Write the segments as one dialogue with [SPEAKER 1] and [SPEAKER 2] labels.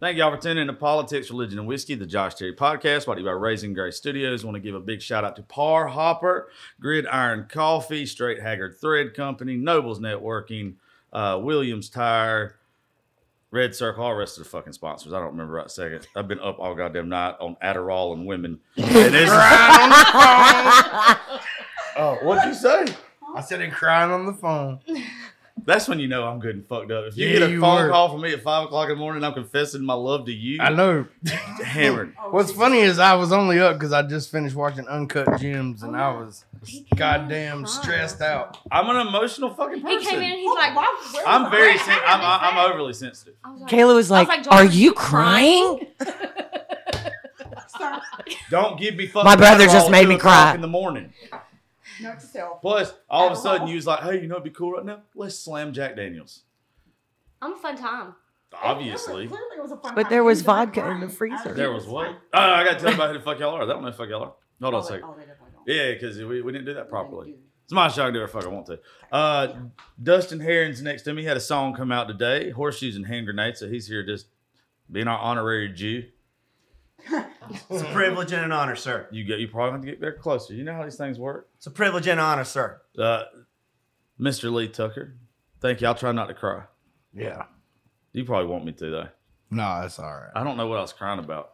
[SPEAKER 1] Thank y'all for tuning in to Politics, Religion, and Whiskey, the Josh Terry podcast, brought to you by Raising Gray Studios. Want to give a big shout out to Par Hopper, Gridiron Coffee, Straight Haggard Thread Company, Nobles Networking, uh, Williams Tire, Red Circle, all the rest of the fucking sponsors. I don't remember right second. I've been up all goddamn night on Adderall and women. And it's oh, what'd you say?
[SPEAKER 2] I said and crying on the phone.
[SPEAKER 1] That's when you know I'm good and fucked up. If you
[SPEAKER 2] Yeah,
[SPEAKER 1] get a
[SPEAKER 2] you
[SPEAKER 1] phone
[SPEAKER 2] were.
[SPEAKER 1] call from me at five o'clock in the morning, I'm confessing my love to you.
[SPEAKER 2] I know.
[SPEAKER 1] hammered.
[SPEAKER 3] Oh,
[SPEAKER 2] What's
[SPEAKER 3] Jesus.
[SPEAKER 2] funny is I was only up because I just finished watching Uncut Gems and I was
[SPEAKER 3] He came
[SPEAKER 2] goddamn
[SPEAKER 4] Oh
[SPEAKER 3] in crying.
[SPEAKER 2] stressed out.
[SPEAKER 1] I'm an emotional fucking
[SPEAKER 3] He came in and
[SPEAKER 1] person.
[SPEAKER 3] he's like,
[SPEAKER 1] I'm very, sen-
[SPEAKER 3] sensitive.
[SPEAKER 1] I'm, I'm, I'm overly sensitive.
[SPEAKER 4] Kayla was
[SPEAKER 3] I
[SPEAKER 4] like,
[SPEAKER 3] was like,
[SPEAKER 4] "Are
[SPEAKER 3] Josh,
[SPEAKER 4] you
[SPEAKER 3] you
[SPEAKER 4] crying?"
[SPEAKER 3] Stop.
[SPEAKER 1] Don't give me fucking.
[SPEAKER 4] My brother just
[SPEAKER 1] Adderall
[SPEAKER 4] made
[SPEAKER 1] at
[SPEAKER 4] me
[SPEAKER 1] 2 o'clock
[SPEAKER 4] cry.
[SPEAKER 1] in the morning.
[SPEAKER 3] Note to self.
[SPEAKER 1] Plus, all of a
[SPEAKER 3] Adderall.
[SPEAKER 1] sudden, you was like, "Hey, you know, it'd be cool right now. Let's slam Jack Daniels."
[SPEAKER 3] I'm a fun time.
[SPEAKER 1] Obviously,
[SPEAKER 3] Clearly it was a fun
[SPEAKER 4] But
[SPEAKER 3] time.
[SPEAKER 4] there was
[SPEAKER 3] He like
[SPEAKER 4] vodka in
[SPEAKER 3] crying.
[SPEAKER 4] the freezer.
[SPEAKER 1] there was what? Oh, I gotta tell you about who the fuck y'all are. That one, the fuck y'all are. Hold on a
[SPEAKER 3] Oh, wait,
[SPEAKER 1] second.
[SPEAKER 3] oh, they definitely don't.
[SPEAKER 1] Yeah, because we, we didn't do that
[SPEAKER 3] They
[SPEAKER 1] properly.
[SPEAKER 3] do.
[SPEAKER 1] It's my show. I can do whatever the fuck I want to. Uh, Dustin Herron's next to me. Had a song come out today, Horseshoes and Hand Grenades. So he's here just being our honorary Jew.
[SPEAKER 5] It's a privilege and an honor, sir.
[SPEAKER 1] You get you probably have to get there closer. You know how these things work.
[SPEAKER 5] It's a privilege and an honor, sir.
[SPEAKER 1] Uh, Mr. Lee Tucker, thank you. I'll try not to cry.
[SPEAKER 2] Yeah.
[SPEAKER 1] You probably want me to though.
[SPEAKER 2] No, it's all right.
[SPEAKER 1] I don't know what I was crying about.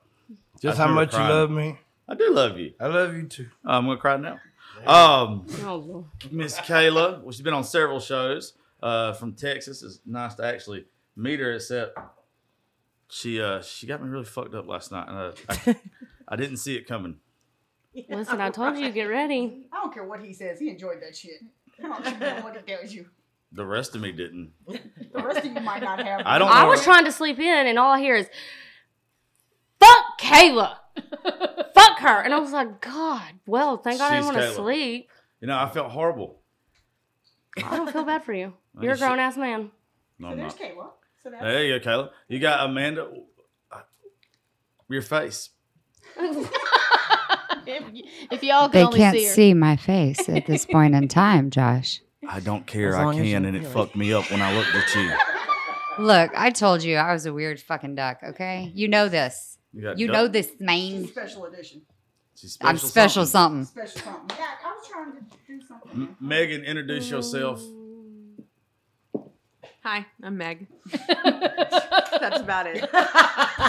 [SPEAKER 2] Just
[SPEAKER 1] I
[SPEAKER 2] how
[SPEAKER 1] remember
[SPEAKER 2] much
[SPEAKER 1] crying.
[SPEAKER 2] you love me.
[SPEAKER 1] I do love you.
[SPEAKER 2] I love you too.
[SPEAKER 1] I'm gonna cry now. Um,
[SPEAKER 4] Oh, Lord.
[SPEAKER 1] Miss Kayla, well, she's been on several shows uh, from Texas. It's nice to actually meet her, except she uh, she got me really fucked up last night, and uh, I, I didn't see it coming.
[SPEAKER 4] Listen, I told you, get ready.
[SPEAKER 3] I don't care what he says. He enjoyed that shit. I don't care what he tells you.
[SPEAKER 1] The rest of me didn't.
[SPEAKER 3] The rest of you might not have.
[SPEAKER 1] I don't
[SPEAKER 4] I
[SPEAKER 1] know.
[SPEAKER 4] was trying to sleep in, and all I hear is, "Fuck Kayla, fuck her," and I was like, "God, well, thank God I
[SPEAKER 1] She's
[SPEAKER 4] didn't want to
[SPEAKER 1] Kayla.
[SPEAKER 4] sleep.
[SPEAKER 1] You know, I felt horrible.
[SPEAKER 4] I don't feel bad for you.
[SPEAKER 1] Well,
[SPEAKER 4] You're
[SPEAKER 1] you
[SPEAKER 4] a
[SPEAKER 1] should-
[SPEAKER 4] grown ass man."
[SPEAKER 1] No,
[SPEAKER 3] So
[SPEAKER 1] I'm
[SPEAKER 3] there's
[SPEAKER 1] not.
[SPEAKER 3] Kayla. So that's.
[SPEAKER 1] There you go, Kayla. You got Amanda. Your face.
[SPEAKER 6] if, if y'all
[SPEAKER 7] They
[SPEAKER 6] can only
[SPEAKER 7] can't
[SPEAKER 6] see
[SPEAKER 7] see,
[SPEAKER 6] her.
[SPEAKER 7] my face at this point in time, Josh.
[SPEAKER 1] I don't care.
[SPEAKER 4] As
[SPEAKER 1] I
[SPEAKER 4] long as
[SPEAKER 1] can,
[SPEAKER 4] you
[SPEAKER 1] and it
[SPEAKER 4] feel it.
[SPEAKER 1] fucked me up when I looked at you.
[SPEAKER 7] Look, I told you I was a weird fucking duck, okay? You know this.
[SPEAKER 1] You, got
[SPEAKER 7] You
[SPEAKER 1] duck-
[SPEAKER 7] know this,
[SPEAKER 3] She's
[SPEAKER 7] man.
[SPEAKER 3] special edition.
[SPEAKER 1] she's
[SPEAKER 7] I'm special
[SPEAKER 1] something.
[SPEAKER 7] something.
[SPEAKER 3] Special something. Yeah, I was trying to do something.
[SPEAKER 1] M- Megan, introduce yourself.
[SPEAKER 4] Mm.
[SPEAKER 6] Hi, I'm Meg.
[SPEAKER 3] That's about it.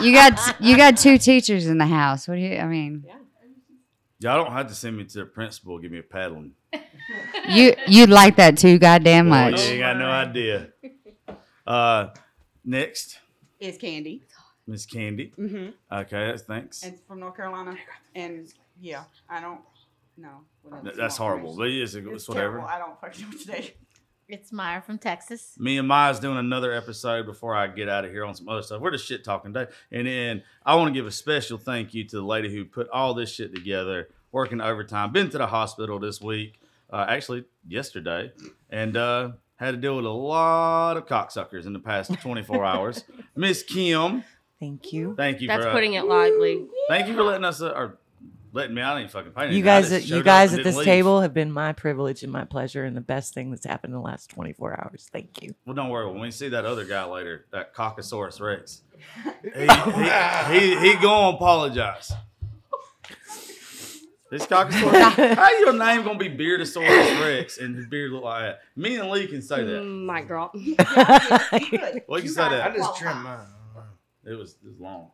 [SPEAKER 7] You got you got two teachers in the house. What do you I mean?
[SPEAKER 1] Y'all don't have to send me to the principal. Give me a paddling.
[SPEAKER 7] You you'd like that too goddamn
[SPEAKER 1] Boy,
[SPEAKER 7] much.
[SPEAKER 1] you ain't got no idea. Uh, next,
[SPEAKER 3] It's Candy.
[SPEAKER 1] Miss Candy.
[SPEAKER 3] Mm-hmm.
[SPEAKER 1] Okay, that's thanks.
[SPEAKER 3] And from North Carolina. And yeah, I don't. No. well,
[SPEAKER 1] Th- That's
[SPEAKER 3] not
[SPEAKER 1] horrible, but yes, it's,
[SPEAKER 3] French.
[SPEAKER 1] it's whatever.
[SPEAKER 3] terrible. I don't fucking know today.
[SPEAKER 6] It's Meyer from Texas.
[SPEAKER 1] Me and Maya's doing another episode before I get out of here on some other stuff. We're just shit talking today. And then I want to give a special thank you to the lady who put all this shit together, working overtime, been to the hospital this week, uh, actually yesterday, and uh, had to deal with a lot of cocksuckers in the past 24 hours. Miss Kim,
[SPEAKER 4] Thank you.
[SPEAKER 1] thank you
[SPEAKER 4] That's
[SPEAKER 1] for uh,
[SPEAKER 4] putting it lightly.
[SPEAKER 1] Thank you for letting us, uh, or letting me. I didn't fucking pay
[SPEAKER 4] You
[SPEAKER 1] anything. I
[SPEAKER 4] guys,
[SPEAKER 1] just showed
[SPEAKER 4] you
[SPEAKER 1] up
[SPEAKER 4] guys
[SPEAKER 1] and
[SPEAKER 4] at
[SPEAKER 1] didn't
[SPEAKER 4] this
[SPEAKER 1] leave.
[SPEAKER 4] table have been my privilege and my pleasure, and the best thing that's happened in the last 24 hours. Thank you.
[SPEAKER 1] Well, don't worry. When we see that other guy later, that Caucasaurus Rex, he,
[SPEAKER 2] Oh.
[SPEAKER 1] he, he, he gonna apologize. This Caucasaurus, how your name gonna be Beardosaurus Rex and his beard look like that? Me and Lee can say that.
[SPEAKER 4] Mm, Mic drop.
[SPEAKER 1] Well,
[SPEAKER 3] What
[SPEAKER 1] you said that.
[SPEAKER 2] I just trimmed mine.
[SPEAKER 1] It was, it was long.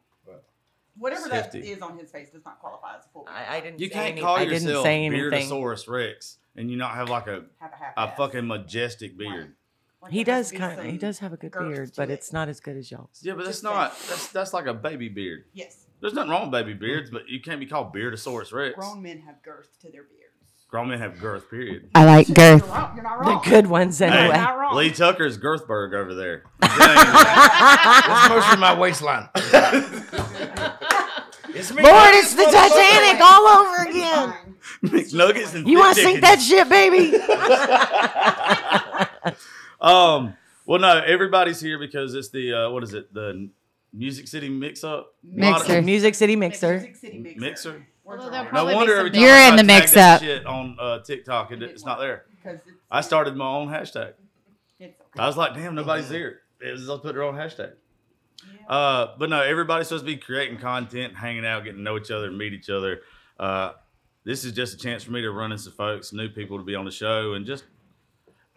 [SPEAKER 3] Whatever that
[SPEAKER 1] Safety.
[SPEAKER 3] is on his face does not qualify as a full.
[SPEAKER 4] I, I didn't.
[SPEAKER 1] You
[SPEAKER 4] say
[SPEAKER 1] can't
[SPEAKER 4] any-
[SPEAKER 1] call
[SPEAKER 4] I didn't
[SPEAKER 1] yourself
[SPEAKER 4] say anything.
[SPEAKER 1] Beardosaurus Rex and you not have like a,
[SPEAKER 3] have a half.
[SPEAKER 1] a
[SPEAKER 3] ass.
[SPEAKER 1] fucking majestic beard.
[SPEAKER 3] Like,
[SPEAKER 4] He
[SPEAKER 3] there has
[SPEAKER 4] does
[SPEAKER 3] to be
[SPEAKER 4] kind. Of, he
[SPEAKER 3] some-
[SPEAKER 4] does have a good
[SPEAKER 3] girth
[SPEAKER 4] beard,
[SPEAKER 3] to
[SPEAKER 4] but
[SPEAKER 3] it.
[SPEAKER 4] it's not as good as y'all's.
[SPEAKER 1] Yeah, but that's
[SPEAKER 3] Just
[SPEAKER 1] not that's that's like a baby beard.
[SPEAKER 3] Yes,
[SPEAKER 1] There's nothing wrong with baby beards, but you can't be called Beardosaurus Rex.
[SPEAKER 3] grown men have girth to their beards.
[SPEAKER 1] Grown men have girth, period.
[SPEAKER 7] I like
[SPEAKER 3] You're,
[SPEAKER 7] girth.
[SPEAKER 3] wrong. You're not
[SPEAKER 4] The
[SPEAKER 3] wrong.
[SPEAKER 4] good ones,
[SPEAKER 1] Hey,
[SPEAKER 4] anyway.
[SPEAKER 3] not wrong.
[SPEAKER 1] Lee Tucker's Girthberg over there.
[SPEAKER 2] It's mostly my waistline. it's me.
[SPEAKER 4] Lord, it's the Titanic all over again.
[SPEAKER 3] Fine.
[SPEAKER 1] McNuggets and
[SPEAKER 4] You want
[SPEAKER 1] want
[SPEAKER 4] to sink that shit, baby?
[SPEAKER 1] that? um. Well, no, everybody's here because it's the uh, what is it? The Music City mix up
[SPEAKER 7] Mixer.
[SPEAKER 4] Music City
[SPEAKER 3] Mixer.
[SPEAKER 4] Mixer.
[SPEAKER 3] City
[SPEAKER 1] mixer.
[SPEAKER 3] mixer.
[SPEAKER 6] Although they'll
[SPEAKER 1] No
[SPEAKER 6] Probably
[SPEAKER 1] wonder
[SPEAKER 6] be
[SPEAKER 1] every
[SPEAKER 6] some
[SPEAKER 1] time
[SPEAKER 7] You're
[SPEAKER 1] I
[SPEAKER 7] in the
[SPEAKER 1] tag that
[SPEAKER 7] mix-up.
[SPEAKER 1] shit on uh, TikTok, it, it's not there.
[SPEAKER 3] Because it's,
[SPEAKER 1] I started my own hashtag.
[SPEAKER 3] It's okay.
[SPEAKER 1] I was like, damn, nobody's here. It was, I put their own hashtag.
[SPEAKER 3] Yeah.
[SPEAKER 1] Uh, but no, everybody's supposed to be creating content, hanging out, getting to know each other, meet each other. Uh, this is just a chance for me to run into some folks, new people to be on the show, and just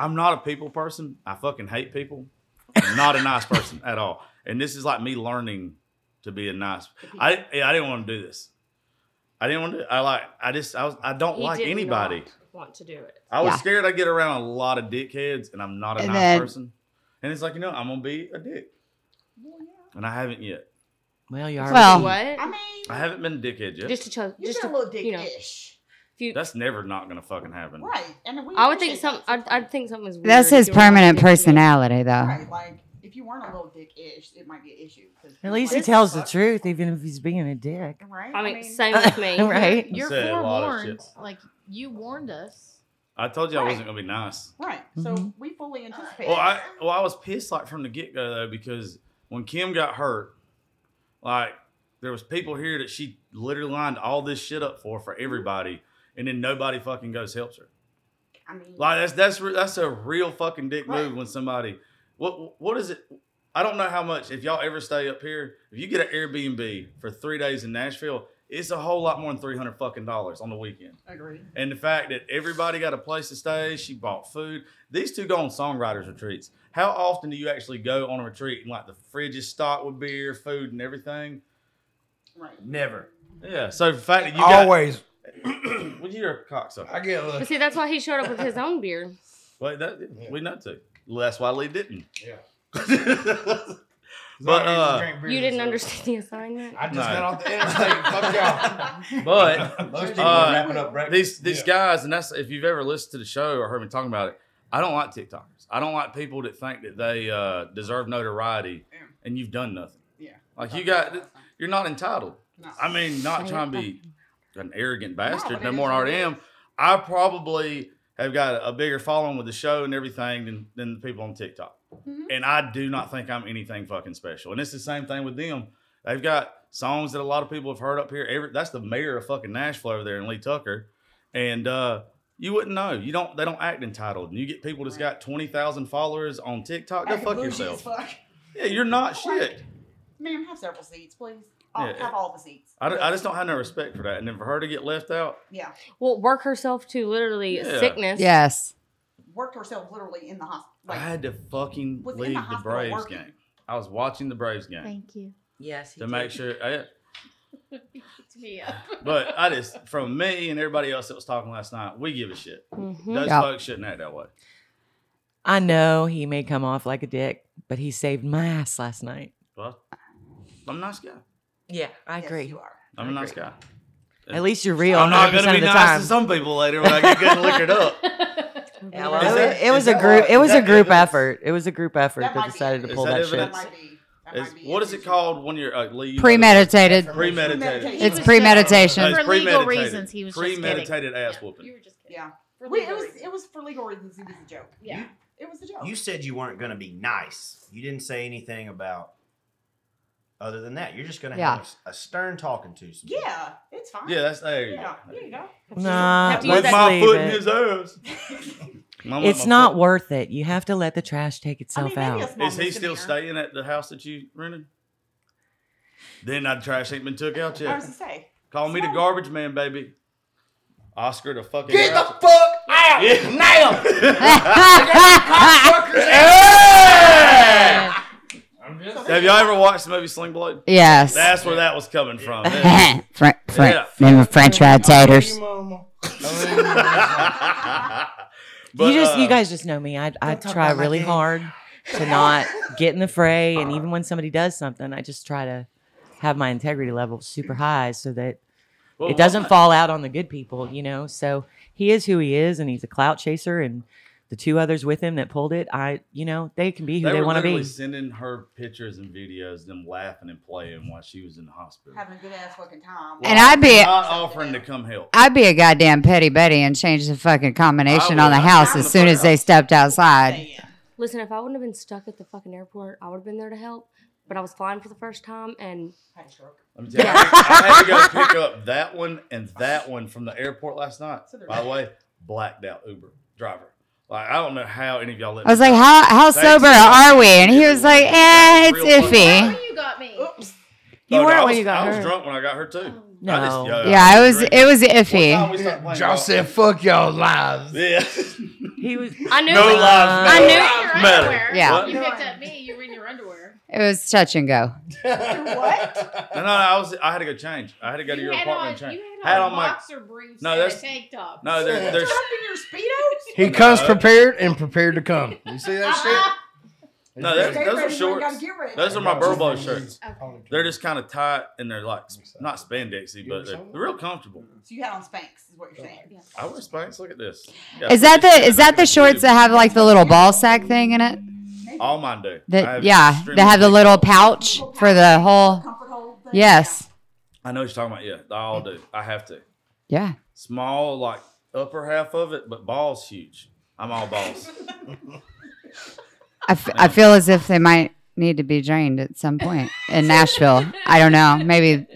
[SPEAKER 1] I'm not a people person. I fucking hate people. I'm not a nice person at all. And this is like me learning to be a nice. I yeah, I didn't want to do this. I didn't want to. I like. I just. I was. I don't
[SPEAKER 8] He
[SPEAKER 1] like
[SPEAKER 8] did
[SPEAKER 1] anybody.
[SPEAKER 8] not want to do it.
[SPEAKER 1] I was
[SPEAKER 7] Yeah.
[SPEAKER 1] scared I'd get around a lot of dickheads, and I'm not a
[SPEAKER 7] And
[SPEAKER 1] nice
[SPEAKER 7] then-
[SPEAKER 1] person. And it's like you know, I'm gonna be a dick, and I haven't yet.
[SPEAKER 9] Well, you are.
[SPEAKER 7] Well-
[SPEAKER 4] what?
[SPEAKER 3] I mean,
[SPEAKER 1] I haven't been a dickhead yet.
[SPEAKER 4] just to cho-
[SPEAKER 8] You're
[SPEAKER 4] just
[SPEAKER 8] just a
[SPEAKER 4] to,
[SPEAKER 8] little
[SPEAKER 4] you know,
[SPEAKER 8] dickish.
[SPEAKER 4] if you,
[SPEAKER 1] That's never not gonna fucking happen.
[SPEAKER 3] right? And we
[SPEAKER 4] I would think
[SPEAKER 3] appreciate
[SPEAKER 4] some.
[SPEAKER 3] that
[SPEAKER 4] I'd, I'd
[SPEAKER 3] sometimes.
[SPEAKER 4] think something's weird.
[SPEAKER 7] That's his
[SPEAKER 4] if you were
[SPEAKER 7] permanent
[SPEAKER 4] like, "Dick, you know."
[SPEAKER 7] personality, though.
[SPEAKER 3] Right, like if you weren't a little dick-ish, it might be an issue. 'cause
[SPEAKER 9] At least he
[SPEAKER 3] like-
[SPEAKER 9] tells the truth, even if he's being a dick.
[SPEAKER 3] right?
[SPEAKER 4] I mean, same with me.
[SPEAKER 9] right?
[SPEAKER 6] You're
[SPEAKER 1] Said a lot of
[SPEAKER 6] forewarned.
[SPEAKER 1] shit.
[SPEAKER 6] Like you warned us.
[SPEAKER 1] I told you I
[SPEAKER 3] Right.
[SPEAKER 1] wasn't gonna be nice.
[SPEAKER 3] right. So
[SPEAKER 9] Mhm.
[SPEAKER 3] we fully anticipate.
[SPEAKER 1] Well, I well I was pissed like from the get go though because when Kim got hurt, like there was people here that she literally lined all this shit up for for everybody, and then nobody fucking goes helps her.
[SPEAKER 3] I mean,
[SPEAKER 1] Like that's that's re- that's a real fucking dick
[SPEAKER 3] Right.
[SPEAKER 1] move when somebody. What what is it? I don't know how much. If y'all ever stay up here, if you get an Airbnb for three days in Nashville, it's a whole lot more than three hundred fucking dollars on the weekend.
[SPEAKER 3] agreed.
[SPEAKER 1] And the fact that everybody got a place to stay, she bought food. These two go on songwriters retreats. How often do you actually go on a retreat and like the fridge is stocked with beer, food, and everything?
[SPEAKER 3] Right.
[SPEAKER 5] Never.
[SPEAKER 1] Yeah. So the fact that you
[SPEAKER 2] Always.
[SPEAKER 1] got, well, you're a cocksucker.
[SPEAKER 2] I get a
[SPEAKER 4] But
[SPEAKER 2] little.
[SPEAKER 4] see, that's why he showed up with his own beer.
[SPEAKER 1] Well, that, we know to. Well, that's why Lee didn't.
[SPEAKER 2] Yeah.
[SPEAKER 1] but
[SPEAKER 2] Not easy to
[SPEAKER 1] uh,
[SPEAKER 2] drink beer
[SPEAKER 4] You
[SPEAKER 2] this
[SPEAKER 4] didn't
[SPEAKER 2] early.
[SPEAKER 4] understand the assignment.
[SPEAKER 2] I just
[SPEAKER 1] No.
[SPEAKER 2] got off the interstate. Fuck y'all.
[SPEAKER 1] but
[SPEAKER 5] Most people
[SPEAKER 1] Uh,
[SPEAKER 5] are wrapping up breakfast.
[SPEAKER 1] these these guys, and that's if you've ever listened to the show or heard me talking about it. I don't like TikTokers. I don't like people that think that they uh, deserve notoriety,
[SPEAKER 3] Yeah.
[SPEAKER 1] and you've done nothing.
[SPEAKER 3] Yeah.
[SPEAKER 1] Like you got, you're not entitled.
[SPEAKER 3] No.
[SPEAKER 1] I mean, not
[SPEAKER 7] Say
[SPEAKER 1] trying to
[SPEAKER 7] it.
[SPEAKER 1] be an arrogant bastard,
[SPEAKER 3] but
[SPEAKER 1] no
[SPEAKER 3] it
[SPEAKER 1] more
[SPEAKER 3] is
[SPEAKER 1] than
[SPEAKER 3] what
[SPEAKER 1] I already
[SPEAKER 3] it
[SPEAKER 1] am. I probably have got a bigger following with the show and everything than, than the people on TikTok.
[SPEAKER 3] Mhm.
[SPEAKER 1] And I do not think I'm anything fucking special. And it's the same thing with them. They've got songs that a lot of people have heard up here. Every, that's the mayor of fucking Nashville over there in Lee Tucker. And uh, you wouldn't know. You don't they don't act entitled. And you get people that's got twenty thousand followers on TikTok, go
[SPEAKER 3] Acting
[SPEAKER 1] fuck
[SPEAKER 3] bougie
[SPEAKER 1] yourself.
[SPEAKER 3] as Fuck.
[SPEAKER 1] Yeah, you're not shit.
[SPEAKER 3] Ma'am, have several seats, please. I'll
[SPEAKER 1] Yeah.
[SPEAKER 3] have all the seats.
[SPEAKER 1] I, don't- I just don't have no respect for that. And then for her to get left out,
[SPEAKER 3] Yeah.
[SPEAKER 4] Well, work herself to literally
[SPEAKER 1] Yeah.
[SPEAKER 4] sickness.
[SPEAKER 7] Yes.
[SPEAKER 3] Worked herself literally in the hospital.
[SPEAKER 1] I had to fucking
[SPEAKER 3] was in the
[SPEAKER 1] leave the,
[SPEAKER 3] hospital
[SPEAKER 1] Braves
[SPEAKER 3] working.
[SPEAKER 1] game. I was watching the Braves game
[SPEAKER 6] Thank you.
[SPEAKER 8] Yes. he
[SPEAKER 1] to make
[SPEAKER 8] did.
[SPEAKER 1] sure. I-
[SPEAKER 6] me up.
[SPEAKER 1] but I just, from me and everybody else that was talking last night, we give a shit.
[SPEAKER 9] Mm-hmm.
[SPEAKER 4] Mhm.
[SPEAKER 1] Those
[SPEAKER 7] Yeah.
[SPEAKER 1] folks shouldn't act that way.
[SPEAKER 9] I know he may come off like a dick, but he saved my ass last night.
[SPEAKER 1] Well, I'm a nice guy.
[SPEAKER 9] Yeah, I
[SPEAKER 3] yes,
[SPEAKER 9] agree.
[SPEAKER 3] You are.
[SPEAKER 1] I'm a nice guy.
[SPEAKER 9] At least you're real.
[SPEAKER 1] I'm not
[SPEAKER 9] 100%
[SPEAKER 1] gonna
[SPEAKER 9] of
[SPEAKER 1] be
[SPEAKER 9] the
[SPEAKER 1] nice
[SPEAKER 9] time.
[SPEAKER 1] to some people later when I get good and liquored up.
[SPEAKER 9] Well,
[SPEAKER 1] Is
[SPEAKER 9] it
[SPEAKER 1] that-
[SPEAKER 9] was- it was
[SPEAKER 1] is
[SPEAKER 9] a
[SPEAKER 1] that
[SPEAKER 9] group.
[SPEAKER 1] why-
[SPEAKER 9] It
[SPEAKER 1] is
[SPEAKER 9] was a
[SPEAKER 1] that
[SPEAKER 9] group
[SPEAKER 1] evidence?
[SPEAKER 9] effort. It was a group effort
[SPEAKER 3] That
[SPEAKER 9] that
[SPEAKER 3] might be
[SPEAKER 9] decided to
[SPEAKER 1] it.
[SPEAKER 9] pull
[SPEAKER 1] Is that
[SPEAKER 9] that
[SPEAKER 1] evidence?
[SPEAKER 9] shit.
[SPEAKER 3] That might be. That
[SPEAKER 1] Is-
[SPEAKER 3] might be
[SPEAKER 1] what
[SPEAKER 3] an
[SPEAKER 1] is it
[SPEAKER 3] issue.
[SPEAKER 1] called when you're uh, leave?
[SPEAKER 7] Premeditated.
[SPEAKER 1] Premeditated.
[SPEAKER 7] It's
[SPEAKER 6] He was
[SPEAKER 7] premeditation.
[SPEAKER 6] just-
[SPEAKER 1] No,
[SPEAKER 6] For legal reasons, he was just kidding.
[SPEAKER 1] premeditated ass whooping.
[SPEAKER 6] You were just kidding.
[SPEAKER 3] Yeah.
[SPEAKER 6] For
[SPEAKER 3] We, it
[SPEAKER 6] legal
[SPEAKER 3] was.
[SPEAKER 6] reasons.
[SPEAKER 3] It was for legal reasons. It was a joke.
[SPEAKER 6] Yeah.
[SPEAKER 3] It was a joke.
[SPEAKER 5] You said you weren't going to be nice. You didn't say anything about other than that. You're just going to
[SPEAKER 7] Yeah.
[SPEAKER 5] have a stern talking to. Some people.
[SPEAKER 3] yeah. It's fine.
[SPEAKER 1] Yeah, that's there. you
[SPEAKER 3] Yeah.
[SPEAKER 1] go.
[SPEAKER 3] There you go.
[SPEAKER 9] Nah,
[SPEAKER 4] Have to use
[SPEAKER 1] With
[SPEAKER 9] let's
[SPEAKER 4] that-
[SPEAKER 1] my
[SPEAKER 9] leave
[SPEAKER 1] foot in
[SPEAKER 9] it.
[SPEAKER 1] his ass. I'm gonna let
[SPEAKER 9] It's
[SPEAKER 1] my
[SPEAKER 9] not
[SPEAKER 1] foot-
[SPEAKER 9] worth it. You have to let the trash take
[SPEAKER 3] I mean,
[SPEAKER 9] itself
[SPEAKER 3] maybe a
[SPEAKER 9] out.
[SPEAKER 3] small
[SPEAKER 1] Is he still
[SPEAKER 3] misdemeanor.
[SPEAKER 1] staying at the house that you rented? Then that trash ain't been took out
[SPEAKER 3] I was
[SPEAKER 1] yet.
[SPEAKER 3] gonna say.
[SPEAKER 1] Call me the garbage man, baby. Oscar the fucking.
[SPEAKER 2] Get the
[SPEAKER 1] grouch.
[SPEAKER 2] fuck out
[SPEAKER 1] Yeah.
[SPEAKER 2] now. I'm just
[SPEAKER 1] Have y'all ever watched the movie Sling Blade?
[SPEAKER 7] yes.
[SPEAKER 1] That's where that was coming from.
[SPEAKER 7] Fr- fr-
[SPEAKER 1] Yeah.
[SPEAKER 7] Remember French fried taters.
[SPEAKER 2] Oh,
[SPEAKER 1] But,
[SPEAKER 9] you just,
[SPEAKER 1] uh,
[SPEAKER 9] you guys just know me. I, I
[SPEAKER 2] Don't talk
[SPEAKER 9] try
[SPEAKER 2] about my
[SPEAKER 9] really
[SPEAKER 2] dick.
[SPEAKER 9] hard to not get in the fray, and even when somebody does something, I just try to have my integrity level super high so that
[SPEAKER 1] well,
[SPEAKER 9] it doesn't
[SPEAKER 1] why?
[SPEAKER 9] fall out on the good people, you know. So he is who he is, and he's a clout chaser. And the two others with him that pulled it, I, you know, they can be who
[SPEAKER 1] They,
[SPEAKER 9] they,
[SPEAKER 1] were
[SPEAKER 9] want to
[SPEAKER 1] literally
[SPEAKER 9] be.
[SPEAKER 1] sending her pictures and videos, them laughing and playing while she was in the hospital.
[SPEAKER 3] Having a good ass fucking time.
[SPEAKER 7] And I'd be
[SPEAKER 1] Not offering to come help.
[SPEAKER 7] I'd be a goddamn petty Betty and change the fucking combination
[SPEAKER 1] I
[SPEAKER 7] on the
[SPEAKER 1] would.
[SPEAKER 7] house
[SPEAKER 1] I'm
[SPEAKER 7] as
[SPEAKER 1] the
[SPEAKER 7] soon
[SPEAKER 1] fuck
[SPEAKER 7] as they
[SPEAKER 1] out.
[SPEAKER 7] stepped outside.
[SPEAKER 3] Saying.
[SPEAKER 4] Listen, if I wouldn't have been stuck at the fucking airport, I would have been there to help. But I was flying for the first time, and
[SPEAKER 3] Had a stroke.
[SPEAKER 1] Let me tell you, I had to go pick up that one and that one from the airport last night.
[SPEAKER 3] So they're-
[SPEAKER 1] By the way, blacked out Uber driver. Like I don't know how any of y'all. let
[SPEAKER 7] I was
[SPEAKER 1] me
[SPEAKER 7] like,
[SPEAKER 1] down.
[SPEAKER 7] how how
[SPEAKER 1] Thanks.
[SPEAKER 7] sober are we? And he was like, eh, it's
[SPEAKER 1] Real funny.
[SPEAKER 6] That's
[SPEAKER 7] iffy.
[SPEAKER 6] when you got me.
[SPEAKER 3] Oops.
[SPEAKER 9] You
[SPEAKER 1] Oh, no,
[SPEAKER 9] weren't
[SPEAKER 1] I
[SPEAKER 9] when
[SPEAKER 1] was-
[SPEAKER 9] you got
[SPEAKER 1] I was
[SPEAKER 9] her.
[SPEAKER 1] drunk when I got her too.
[SPEAKER 9] No.
[SPEAKER 1] I just- yeah.
[SPEAKER 7] Yeah, it was
[SPEAKER 1] Drink.
[SPEAKER 7] it was
[SPEAKER 1] One time
[SPEAKER 7] iffy.
[SPEAKER 1] we stopped
[SPEAKER 2] Josh
[SPEAKER 1] playing golf.
[SPEAKER 2] said, "Fuck y'all lives."
[SPEAKER 1] Yeah.
[SPEAKER 9] He was.
[SPEAKER 4] I knew.
[SPEAKER 1] No
[SPEAKER 4] we-
[SPEAKER 1] lies
[SPEAKER 4] I
[SPEAKER 1] matter.
[SPEAKER 4] knew-
[SPEAKER 6] Your
[SPEAKER 1] Matter.
[SPEAKER 6] underwear.
[SPEAKER 7] Yeah.
[SPEAKER 1] What?
[SPEAKER 6] You picked up me. You were in your underwear.
[SPEAKER 7] It was touch and go.
[SPEAKER 3] What?
[SPEAKER 1] No, no, I was. I had to go change. I had to go to
[SPEAKER 6] you
[SPEAKER 1] your
[SPEAKER 6] had
[SPEAKER 1] apartment
[SPEAKER 6] on,
[SPEAKER 1] and change.
[SPEAKER 6] You
[SPEAKER 1] Had
[SPEAKER 6] had
[SPEAKER 1] on
[SPEAKER 6] on,
[SPEAKER 1] my-
[SPEAKER 6] boxer briefs
[SPEAKER 1] No,
[SPEAKER 6] no, and a
[SPEAKER 1] that's-
[SPEAKER 6] tank top.
[SPEAKER 1] No, there,
[SPEAKER 3] Drop
[SPEAKER 1] there's.
[SPEAKER 3] in your speedos.
[SPEAKER 2] He comes prepared and prepared to come. You see that shit?
[SPEAKER 1] No, that's-
[SPEAKER 3] Get
[SPEAKER 1] those are
[SPEAKER 3] ready, you ain't gotta
[SPEAKER 1] shorts.
[SPEAKER 3] get ready.
[SPEAKER 1] Those are my Burbo shirts.
[SPEAKER 6] Okay.
[SPEAKER 1] They're just kind of tight and they're like not spandexy, but they're, they're real comfortable.
[SPEAKER 3] So you had on Spanx, is what you're saying.
[SPEAKER 1] I wear Spanx. Look at this. Yeah,
[SPEAKER 7] Is that the is that the
[SPEAKER 1] Blue.
[SPEAKER 7] shorts that have like the little ball sack thing in it?
[SPEAKER 1] All mine do. I
[SPEAKER 7] That
[SPEAKER 1] have
[SPEAKER 7] yeah,
[SPEAKER 1] extremely
[SPEAKER 7] they have the
[SPEAKER 1] big
[SPEAKER 7] little
[SPEAKER 1] balls.
[SPEAKER 7] pouch for the whole.
[SPEAKER 3] Comfort hold thing.
[SPEAKER 7] Yes.
[SPEAKER 1] I know what you're talking about. Yeah, they all do. I have to.
[SPEAKER 7] Yeah.
[SPEAKER 1] Small, like upper half of it, but balls huge. I'm all balls.
[SPEAKER 7] I, f- I feel as if they might need to be drained at some point in Nashville. I don't know. Maybe
[SPEAKER 1] Like,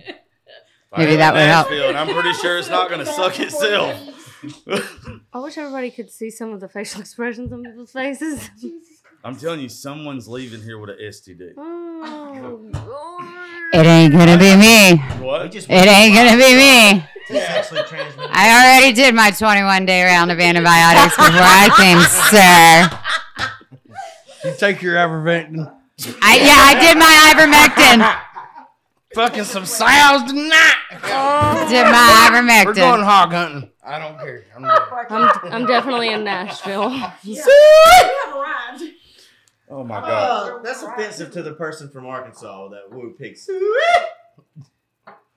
[SPEAKER 7] Maybe
[SPEAKER 1] I'm
[SPEAKER 7] that
[SPEAKER 1] in
[SPEAKER 7] would help.
[SPEAKER 1] Nashville, And I'm pretty sure it's not going to suck itself.
[SPEAKER 4] I wish everybody could see some of the facial expressions on people's faces.
[SPEAKER 1] I'm telling you, someone's leaving here with an STD.
[SPEAKER 4] Oh,
[SPEAKER 7] it ain't gonna be me.
[SPEAKER 1] What?
[SPEAKER 5] just
[SPEAKER 7] It ain't gonna be me.
[SPEAKER 5] It's sexually transmitted.
[SPEAKER 7] I already did my 21 day round of antibiotics before I came, sir.
[SPEAKER 2] You take your ivermectin.
[SPEAKER 7] I, yeah, I did my
[SPEAKER 2] Fucking some sounds tonight.
[SPEAKER 7] ivermectin. Did my
[SPEAKER 2] We're going
[SPEAKER 7] ivermectin.
[SPEAKER 2] hog hunting. I don't care. I'm good.
[SPEAKER 4] I'm, I'm definitely in Nashville.
[SPEAKER 1] Oh my god.
[SPEAKER 5] Uh, that's offensive to the person from Arkansas that woo pigs. Do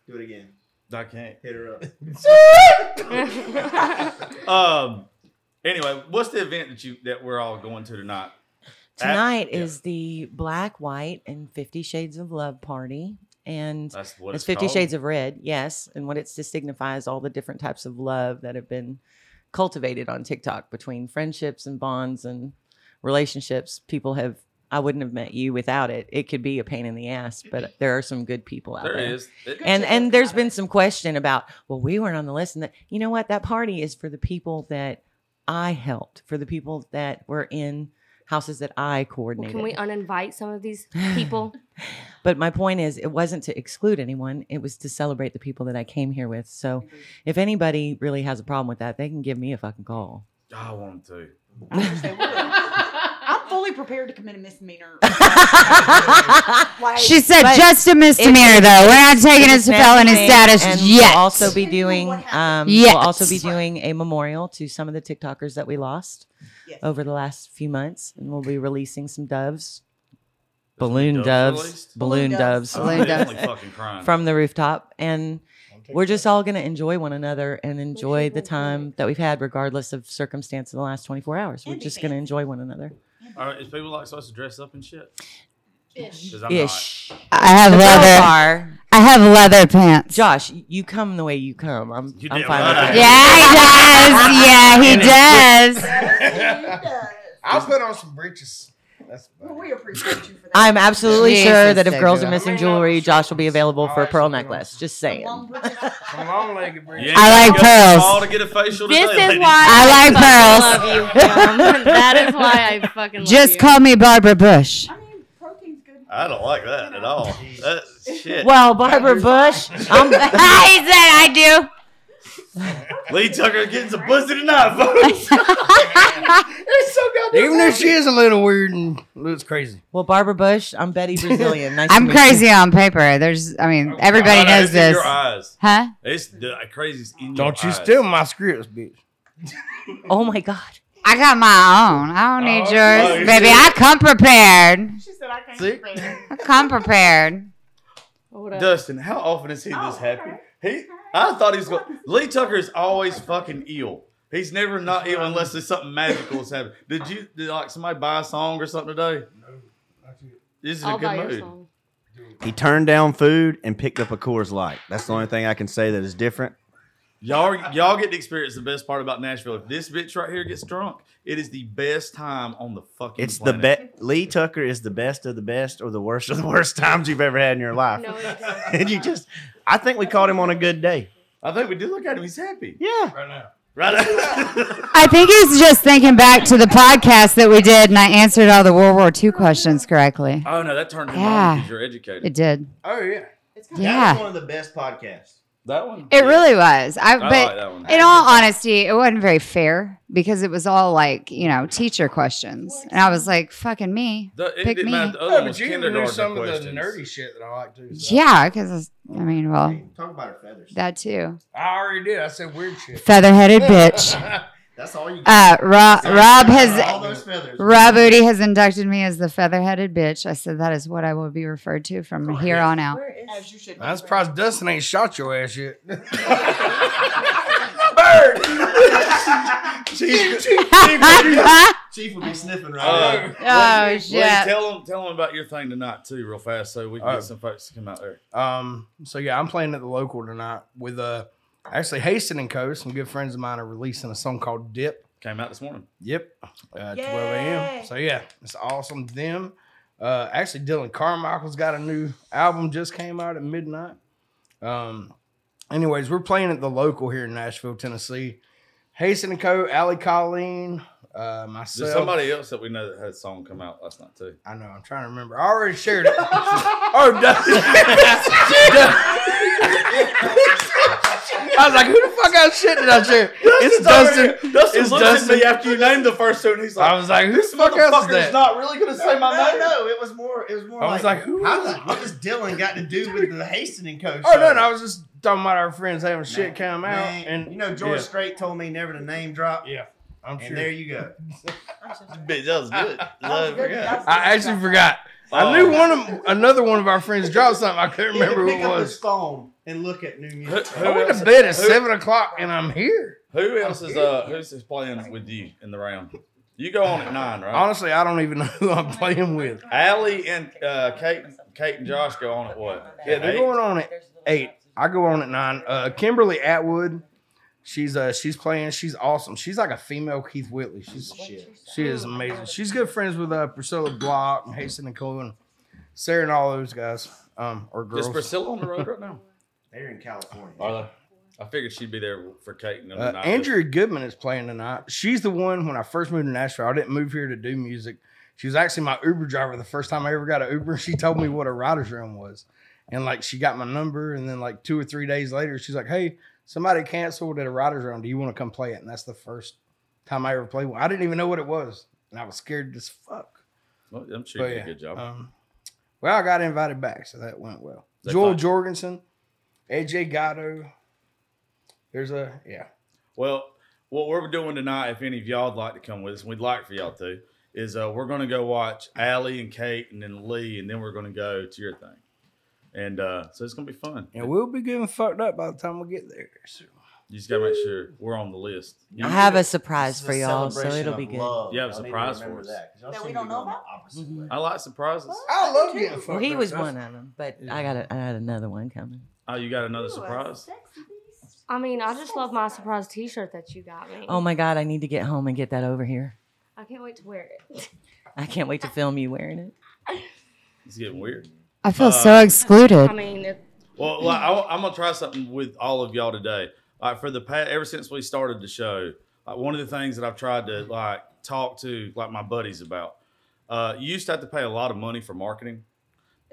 [SPEAKER 5] it again.
[SPEAKER 1] I can't.
[SPEAKER 5] Hit her up.
[SPEAKER 1] Um. Anyway, what's the event that you that we're all going to tonight?
[SPEAKER 9] Tonight
[SPEAKER 1] yeah.
[SPEAKER 9] is the black, white, and Fifty Shades of Love party, and
[SPEAKER 1] That's what
[SPEAKER 9] it's
[SPEAKER 1] it's,
[SPEAKER 9] Fifty
[SPEAKER 1] called.
[SPEAKER 9] Shades of Red. Yes, and what it's to signify is all the different types of love that have been cultivated on TikTok between friendships and bonds and relationships. People have. I wouldn't have met you without it. It could be a pain in the ass, but there are some good people out
[SPEAKER 1] There
[SPEAKER 9] there.
[SPEAKER 1] it is. It-
[SPEAKER 9] and
[SPEAKER 3] to
[SPEAKER 9] and
[SPEAKER 3] think
[SPEAKER 9] there's
[SPEAKER 3] about
[SPEAKER 9] been some question about well we weren't on the list and that you know what that party is for the people that i helped for the people that were in houses that i
[SPEAKER 4] Well,
[SPEAKER 9] coordinated
[SPEAKER 4] can we uninvite some of these people?
[SPEAKER 9] but my point is it wasn't to exclude anyone it was to celebrate the people that i came here with so if anybody really has a problem with that they can give me a fucking call
[SPEAKER 1] I want to.
[SPEAKER 3] I wish they would. I'm fully prepared to commit a misdemeanor. Like,
[SPEAKER 7] She said
[SPEAKER 9] But
[SPEAKER 7] just a misdemeanor, though. We're not taking it to felony
[SPEAKER 9] And
[SPEAKER 7] status yet.
[SPEAKER 9] We'll also be doing um,
[SPEAKER 7] Yes.
[SPEAKER 9] we'll also be doing a memorial to some of the TikTokers that we lost
[SPEAKER 3] Yes.
[SPEAKER 9] over the last few months, and we'll be releasing some doves,
[SPEAKER 1] There's
[SPEAKER 9] balloon
[SPEAKER 1] no
[SPEAKER 9] doves,
[SPEAKER 1] released?
[SPEAKER 9] balloon
[SPEAKER 3] Balloon
[SPEAKER 9] doves,
[SPEAKER 3] doves.
[SPEAKER 1] I'm
[SPEAKER 7] Balloon doves.
[SPEAKER 1] definitely fucking crying.
[SPEAKER 9] from the rooftop, and we're just all going to enjoy one another and enjoy the time that we've had, regardless of circumstance in the last 24 hours. We're
[SPEAKER 3] That'd be
[SPEAKER 9] just going to
[SPEAKER 3] fancy.
[SPEAKER 9] enjoy one another.
[SPEAKER 1] all right, is people like supposed to dress up and shit?
[SPEAKER 6] Fish.
[SPEAKER 1] 'Cause I'm
[SPEAKER 9] Ish.
[SPEAKER 7] I have
[SPEAKER 9] The girls
[SPEAKER 7] leather.
[SPEAKER 9] are-
[SPEAKER 7] I have leather pants.
[SPEAKER 9] Josh, you come the way you come. I'm,
[SPEAKER 1] You
[SPEAKER 9] I'm
[SPEAKER 1] damn
[SPEAKER 9] fine
[SPEAKER 1] right.
[SPEAKER 9] with that.
[SPEAKER 7] Yeah, he does. Yeah, he does.
[SPEAKER 3] yes, he does.
[SPEAKER 2] I'll put on some breeches. That's
[SPEAKER 3] Well, we appreciate you for that.
[SPEAKER 9] I'm absolutely
[SPEAKER 7] Jesus,
[SPEAKER 9] sure that if girls
[SPEAKER 7] Deidre.
[SPEAKER 9] are missing
[SPEAKER 2] I'm
[SPEAKER 9] jewelry,
[SPEAKER 2] not-
[SPEAKER 9] Josh will be available for a
[SPEAKER 2] I'll
[SPEAKER 9] pearl
[SPEAKER 2] actually-
[SPEAKER 9] necklace. Just
[SPEAKER 3] The
[SPEAKER 9] saying.
[SPEAKER 3] long bridge.
[SPEAKER 2] Some long legged
[SPEAKER 1] not.
[SPEAKER 2] breeches.
[SPEAKER 1] You ain't
[SPEAKER 7] I like
[SPEAKER 1] gotta go to the
[SPEAKER 7] pearls.
[SPEAKER 1] mall to get a facial
[SPEAKER 4] This
[SPEAKER 1] today,
[SPEAKER 4] is
[SPEAKER 1] lady.
[SPEAKER 4] why
[SPEAKER 7] I like
[SPEAKER 4] fucking love you, Kim. That is why I fucking love
[SPEAKER 7] Just
[SPEAKER 4] you.
[SPEAKER 7] call me Barbara Bush.
[SPEAKER 3] I mean, protein's good.
[SPEAKER 1] I don't like that at all. That shit.
[SPEAKER 9] Well, Barbara Bush,
[SPEAKER 7] he said
[SPEAKER 9] I'm,
[SPEAKER 7] I do.
[SPEAKER 1] Lee Tucker getting some pussy tonight, folks.
[SPEAKER 2] Even if she is a little weird and looks crazy.
[SPEAKER 9] well, Barbara Bush, I'm Betty Brazilian. Nice to
[SPEAKER 7] I'm
[SPEAKER 9] meet you.
[SPEAKER 7] crazy on paper. There's, I mean, everybody
[SPEAKER 1] Oh, God, it's
[SPEAKER 7] knows
[SPEAKER 1] in
[SPEAKER 7] this,
[SPEAKER 1] Your eyes.
[SPEAKER 7] huh?
[SPEAKER 1] It's the craziest in your
[SPEAKER 2] Don't you
[SPEAKER 1] eyes.
[SPEAKER 2] steal my scripts, bitch.
[SPEAKER 9] Oh my God.
[SPEAKER 7] I got my own. I don't need
[SPEAKER 1] Oh,
[SPEAKER 7] yours,
[SPEAKER 1] you
[SPEAKER 7] baby.
[SPEAKER 1] do.
[SPEAKER 7] I come prepared.
[SPEAKER 3] She said I can't
[SPEAKER 2] See?
[SPEAKER 3] prepare.
[SPEAKER 7] I come prepared.
[SPEAKER 4] Hold up.
[SPEAKER 1] Dustin, how often is he
[SPEAKER 3] Oh,
[SPEAKER 1] this happy?
[SPEAKER 3] okay.
[SPEAKER 1] He, I thought he was going. Lee Tucker is always fucking ill. He's never not ill unless there's something magical is happening. Did you did like somebody buy a song or something today? This is
[SPEAKER 4] I'll
[SPEAKER 1] a good
[SPEAKER 4] buy your
[SPEAKER 1] mood.
[SPEAKER 4] song.
[SPEAKER 5] He turned down food and picked up a Coors Light. That's the only thing I can say that is different.
[SPEAKER 1] Y'all are- y'all get to experience the best part about Nashville. If this bitch right here gets drunk, it is the best time on the fucking.
[SPEAKER 5] It's the
[SPEAKER 1] planet.
[SPEAKER 5] best. Lee Tucker is the best of the best or the worst of the worst times you've ever had in your life.
[SPEAKER 4] No, it
[SPEAKER 5] and you just, I think we caught him on a good day.
[SPEAKER 1] I think we do look at him. He's happy.
[SPEAKER 5] Yeah.
[SPEAKER 2] Right now.
[SPEAKER 5] Right.
[SPEAKER 7] I think he's just thinking back to the podcast that we did, and I answered all the World War II questions correctly.
[SPEAKER 1] oh no, that turned him on
[SPEAKER 7] Yeah.
[SPEAKER 1] because you're educated.
[SPEAKER 7] It did.
[SPEAKER 2] Oh yeah.
[SPEAKER 5] It's
[SPEAKER 7] Yeah.
[SPEAKER 5] one of the best podcasts.
[SPEAKER 1] that one.
[SPEAKER 7] It really was. I,
[SPEAKER 1] I
[SPEAKER 7] but
[SPEAKER 1] like that one.
[SPEAKER 7] in all honesty, it wasn't very fair because it was all like you know teacher questions, and I was like, "Fucking me."
[SPEAKER 1] The- it
[SPEAKER 7] pick
[SPEAKER 1] didn't
[SPEAKER 7] me.
[SPEAKER 1] matter. The other
[SPEAKER 2] Oh,
[SPEAKER 1] one
[SPEAKER 2] but
[SPEAKER 1] was
[SPEAKER 2] you even knew
[SPEAKER 1] kindergarten
[SPEAKER 2] some of
[SPEAKER 1] questions.
[SPEAKER 2] the nerdy shit that I like too. so-
[SPEAKER 7] Yeah, because I mean, well,
[SPEAKER 5] Hey, talk about her feathers.
[SPEAKER 7] Uh, that too.
[SPEAKER 2] I already did. I said weird shit.
[SPEAKER 7] Feather-headed bitch.
[SPEAKER 5] That's all you.
[SPEAKER 7] Uh, Rob,
[SPEAKER 5] Sorry,
[SPEAKER 7] Rob
[SPEAKER 5] all
[SPEAKER 7] has E-
[SPEAKER 5] those feathers.
[SPEAKER 7] Rob Booty has inducted me as the feather-headed bitch. I said that is what I will be referred to from here on out.
[SPEAKER 3] As you should.
[SPEAKER 2] I'm surprised Dustin ain't shot your ass yet.
[SPEAKER 5] Chief, Chief would be sniffing right
[SPEAKER 1] Uh,
[SPEAKER 5] now.
[SPEAKER 7] oh
[SPEAKER 1] Blaze,
[SPEAKER 7] shit!
[SPEAKER 1] tell them tell them about your thing tonight too, real fast, so we can
[SPEAKER 2] Oh.
[SPEAKER 1] get some folks to come out there.
[SPEAKER 2] Um, so yeah, I'm playing at the local tonight with uh actually Haston and Co. Some good friends of mine are releasing a song called Dip.
[SPEAKER 1] Came out this morning.
[SPEAKER 2] Yep. Uh, 12 a.m.
[SPEAKER 3] Yay.
[SPEAKER 2] So yeah, it's awesome. Them. Uh, actually, Dylan Carmichael's got a new album just came out at midnight. Um, anyways, we're playing at the local here in Nashville, Tennessee. Haston and Co. Allie Colleen, uh, myself.
[SPEAKER 1] There's somebody else that we know that had a song come out last night too.
[SPEAKER 2] I know. I'm trying to remember. I already shared it. oh, Dustin. I was like, who the fuck got shit did I share? it's Dustin.
[SPEAKER 1] Dustin
[SPEAKER 2] It's
[SPEAKER 1] looks
[SPEAKER 2] Dustin.
[SPEAKER 1] at me after you named the first two, and he's
[SPEAKER 2] I
[SPEAKER 1] like,
[SPEAKER 2] was like, who the
[SPEAKER 1] "This
[SPEAKER 2] fuck else is
[SPEAKER 1] motherfucker
[SPEAKER 2] that?
[SPEAKER 1] is not really gonna say my
[SPEAKER 5] No,
[SPEAKER 1] name."
[SPEAKER 5] no, it was more. It was more.
[SPEAKER 2] I
[SPEAKER 5] like,
[SPEAKER 2] was like, who
[SPEAKER 5] how
[SPEAKER 2] is
[SPEAKER 5] the,
[SPEAKER 2] it?
[SPEAKER 5] what does Dylan got to do with the hastening coach?
[SPEAKER 2] oh, no, no. I was just talking about our friends having shit come out.
[SPEAKER 5] Man,
[SPEAKER 2] and
[SPEAKER 5] you know, George
[SPEAKER 2] yeah.
[SPEAKER 5] Strait told me never to name drop.
[SPEAKER 2] Yeah, I'm
[SPEAKER 5] and
[SPEAKER 2] sure.
[SPEAKER 5] there you go.
[SPEAKER 1] Bitch, that was good. I forgot.
[SPEAKER 2] I actually forgot.
[SPEAKER 1] Oh.
[SPEAKER 2] I knew one of another one of our friends dropped something. I couldn't
[SPEAKER 5] He had to
[SPEAKER 2] remember who
[SPEAKER 5] pick
[SPEAKER 2] it
[SPEAKER 5] up his
[SPEAKER 2] was.
[SPEAKER 5] phone and look at new music.
[SPEAKER 1] Who-
[SPEAKER 2] I
[SPEAKER 1] who-
[SPEAKER 2] went to bed at
[SPEAKER 1] Who-
[SPEAKER 2] seven o'clock and I'm here.
[SPEAKER 1] Who else is uh who's is playing with you in the round? You go on at nine, right?
[SPEAKER 2] Honestly, I don't even know who I'm playing with.
[SPEAKER 1] Allie and uh, Kate, Kate and Josh go on at what?
[SPEAKER 2] Yeah, they're
[SPEAKER 1] Eight?
[SPEAKER 2] going on at eight. I go on at nine. Uh, Kimberly Atwood, she's uh she's playing. She's awesome. She's like a female Keith Whitley. She's she is amazing. She's good friends with uh Priscilla Block and Hasten and Cole and Sarah and all those guys. Um, or
[SPEAKER 1] Is
[SPEAKER 2] girls.
[SPEAKER 1] Priscilla on the road right now?
[SPEAKER 5] They're in California.
[SPEAKER 1] Are they? I figured she'd be there for Kate and them
[SPEAKER 2] Uh,
[SPEAKER 1] tonight.
[SPEAKER 2] Andrea Goodman is playing tonight. She's the one when I first moved to Nashville. I didn't move here to do music. She was actually my Uber driver the first time I ever got an Uber. She told me what a writer's room was. And like she got my number. And then like two or three days later, she's like, Hey, somebody canceled at a writer's room. Do you want to come play it? And that's the first time I ever played one. I didn't even know what it was. And I was scared as fuck.
[SPEAKER 1] Well, I'm sure you
[SPEAKER 2] But
[SPEAKER 1] did a good job.
[SPEAKER 2] Um, well, I got invited back, so that went well.
[SPEAKER 1] That's
[SPEAKER 2] Joel
[SPEAKER 1] fine.
[SPEAKER 2] Jorgensen, AJ Gatto. There's a yeah.
[SPEAKER 1] Well, what we're doing tonight, if any of y'all would like to come with us, and we'd like for y'all to, is uh, we're going to go watch Allie and Kate and then Lee, and then we're going to go to your thing. And uh, so it's going to be fun.
[SPEAKER 2] And we'll be getting fucked up by the time we get there. So.
[SPEAKER 1] You just got to make sure we're on the list. You
[SPEAKER 9] I have a
[SPEAKER 5] This
[SPEAKER 9] surprise
[SPEAKER 5] is
[SPEAKER 9] for y'all, so
[SPEAKER 5] celebration
[SPEAKER 9] it'll
[SPEAKER 5] of
[SPEAKER 9] be good.
[SPEAKER 5] love.
[SPEAKER 1] You have a
[SPEAKER 5] Y'all need to
[SPEAKER 1] surprise for
[SPEAKER 5] remember
[SPEAKER 1] us.
[SPEAKER 5] That 'cause y'all
[SPEAKER 3] That we
[SPEAKER 5] seem to
[SPEAKER 3] don't
[SPEAKER 5] be
[SPEAKER 3] know
[SPEAKER 5] going the
[SPEAKER 3] about?
[SPEAKER 5] opposite
[SPEAKER 9] Mhm.
[SPEAKER 5] way.
[SPEAKER 2] Uh,
[SPEAKER 1] I like surprises.
[SPEAKER 2] I love getting fucked
[SPEAKER 9] Well,
[SPEAKER 2] up.
[SPEAKER 9] he was
[SPEAKER 2] That's-
[SPEAKER 9] one of them, but
[SPEAKER 2] Yeah.
[SPEAKER 9] I got a, I got another one coming.
[SPEAKER 1] Oh, you got another surprise?
[SPEAKER 4] I mean, I just love my surprise T-shirt that you got me.
[SPEAKER 9] Oh my god, I need to get home and get that over here.
[SPEAKER 4] I can't wait to wear it.
[SPEAKER 9] I can't wait to film you wearing it.
[SPEAKER 1] It's getting weird.
[SPEAKER 7] I feel so
[SPEAKER 1] Uh,
[SPEAKER 7] excluded.
[SPEAKER 4] I mean, it,
[SPEAKER 1] Well, like, I, am gonna try something with all of y'all today. Like for the past, ever since we started the show, like one of the things that I've tried to like talk to like my buddies about. Uh, you used to have to pay a lot of money for marketing,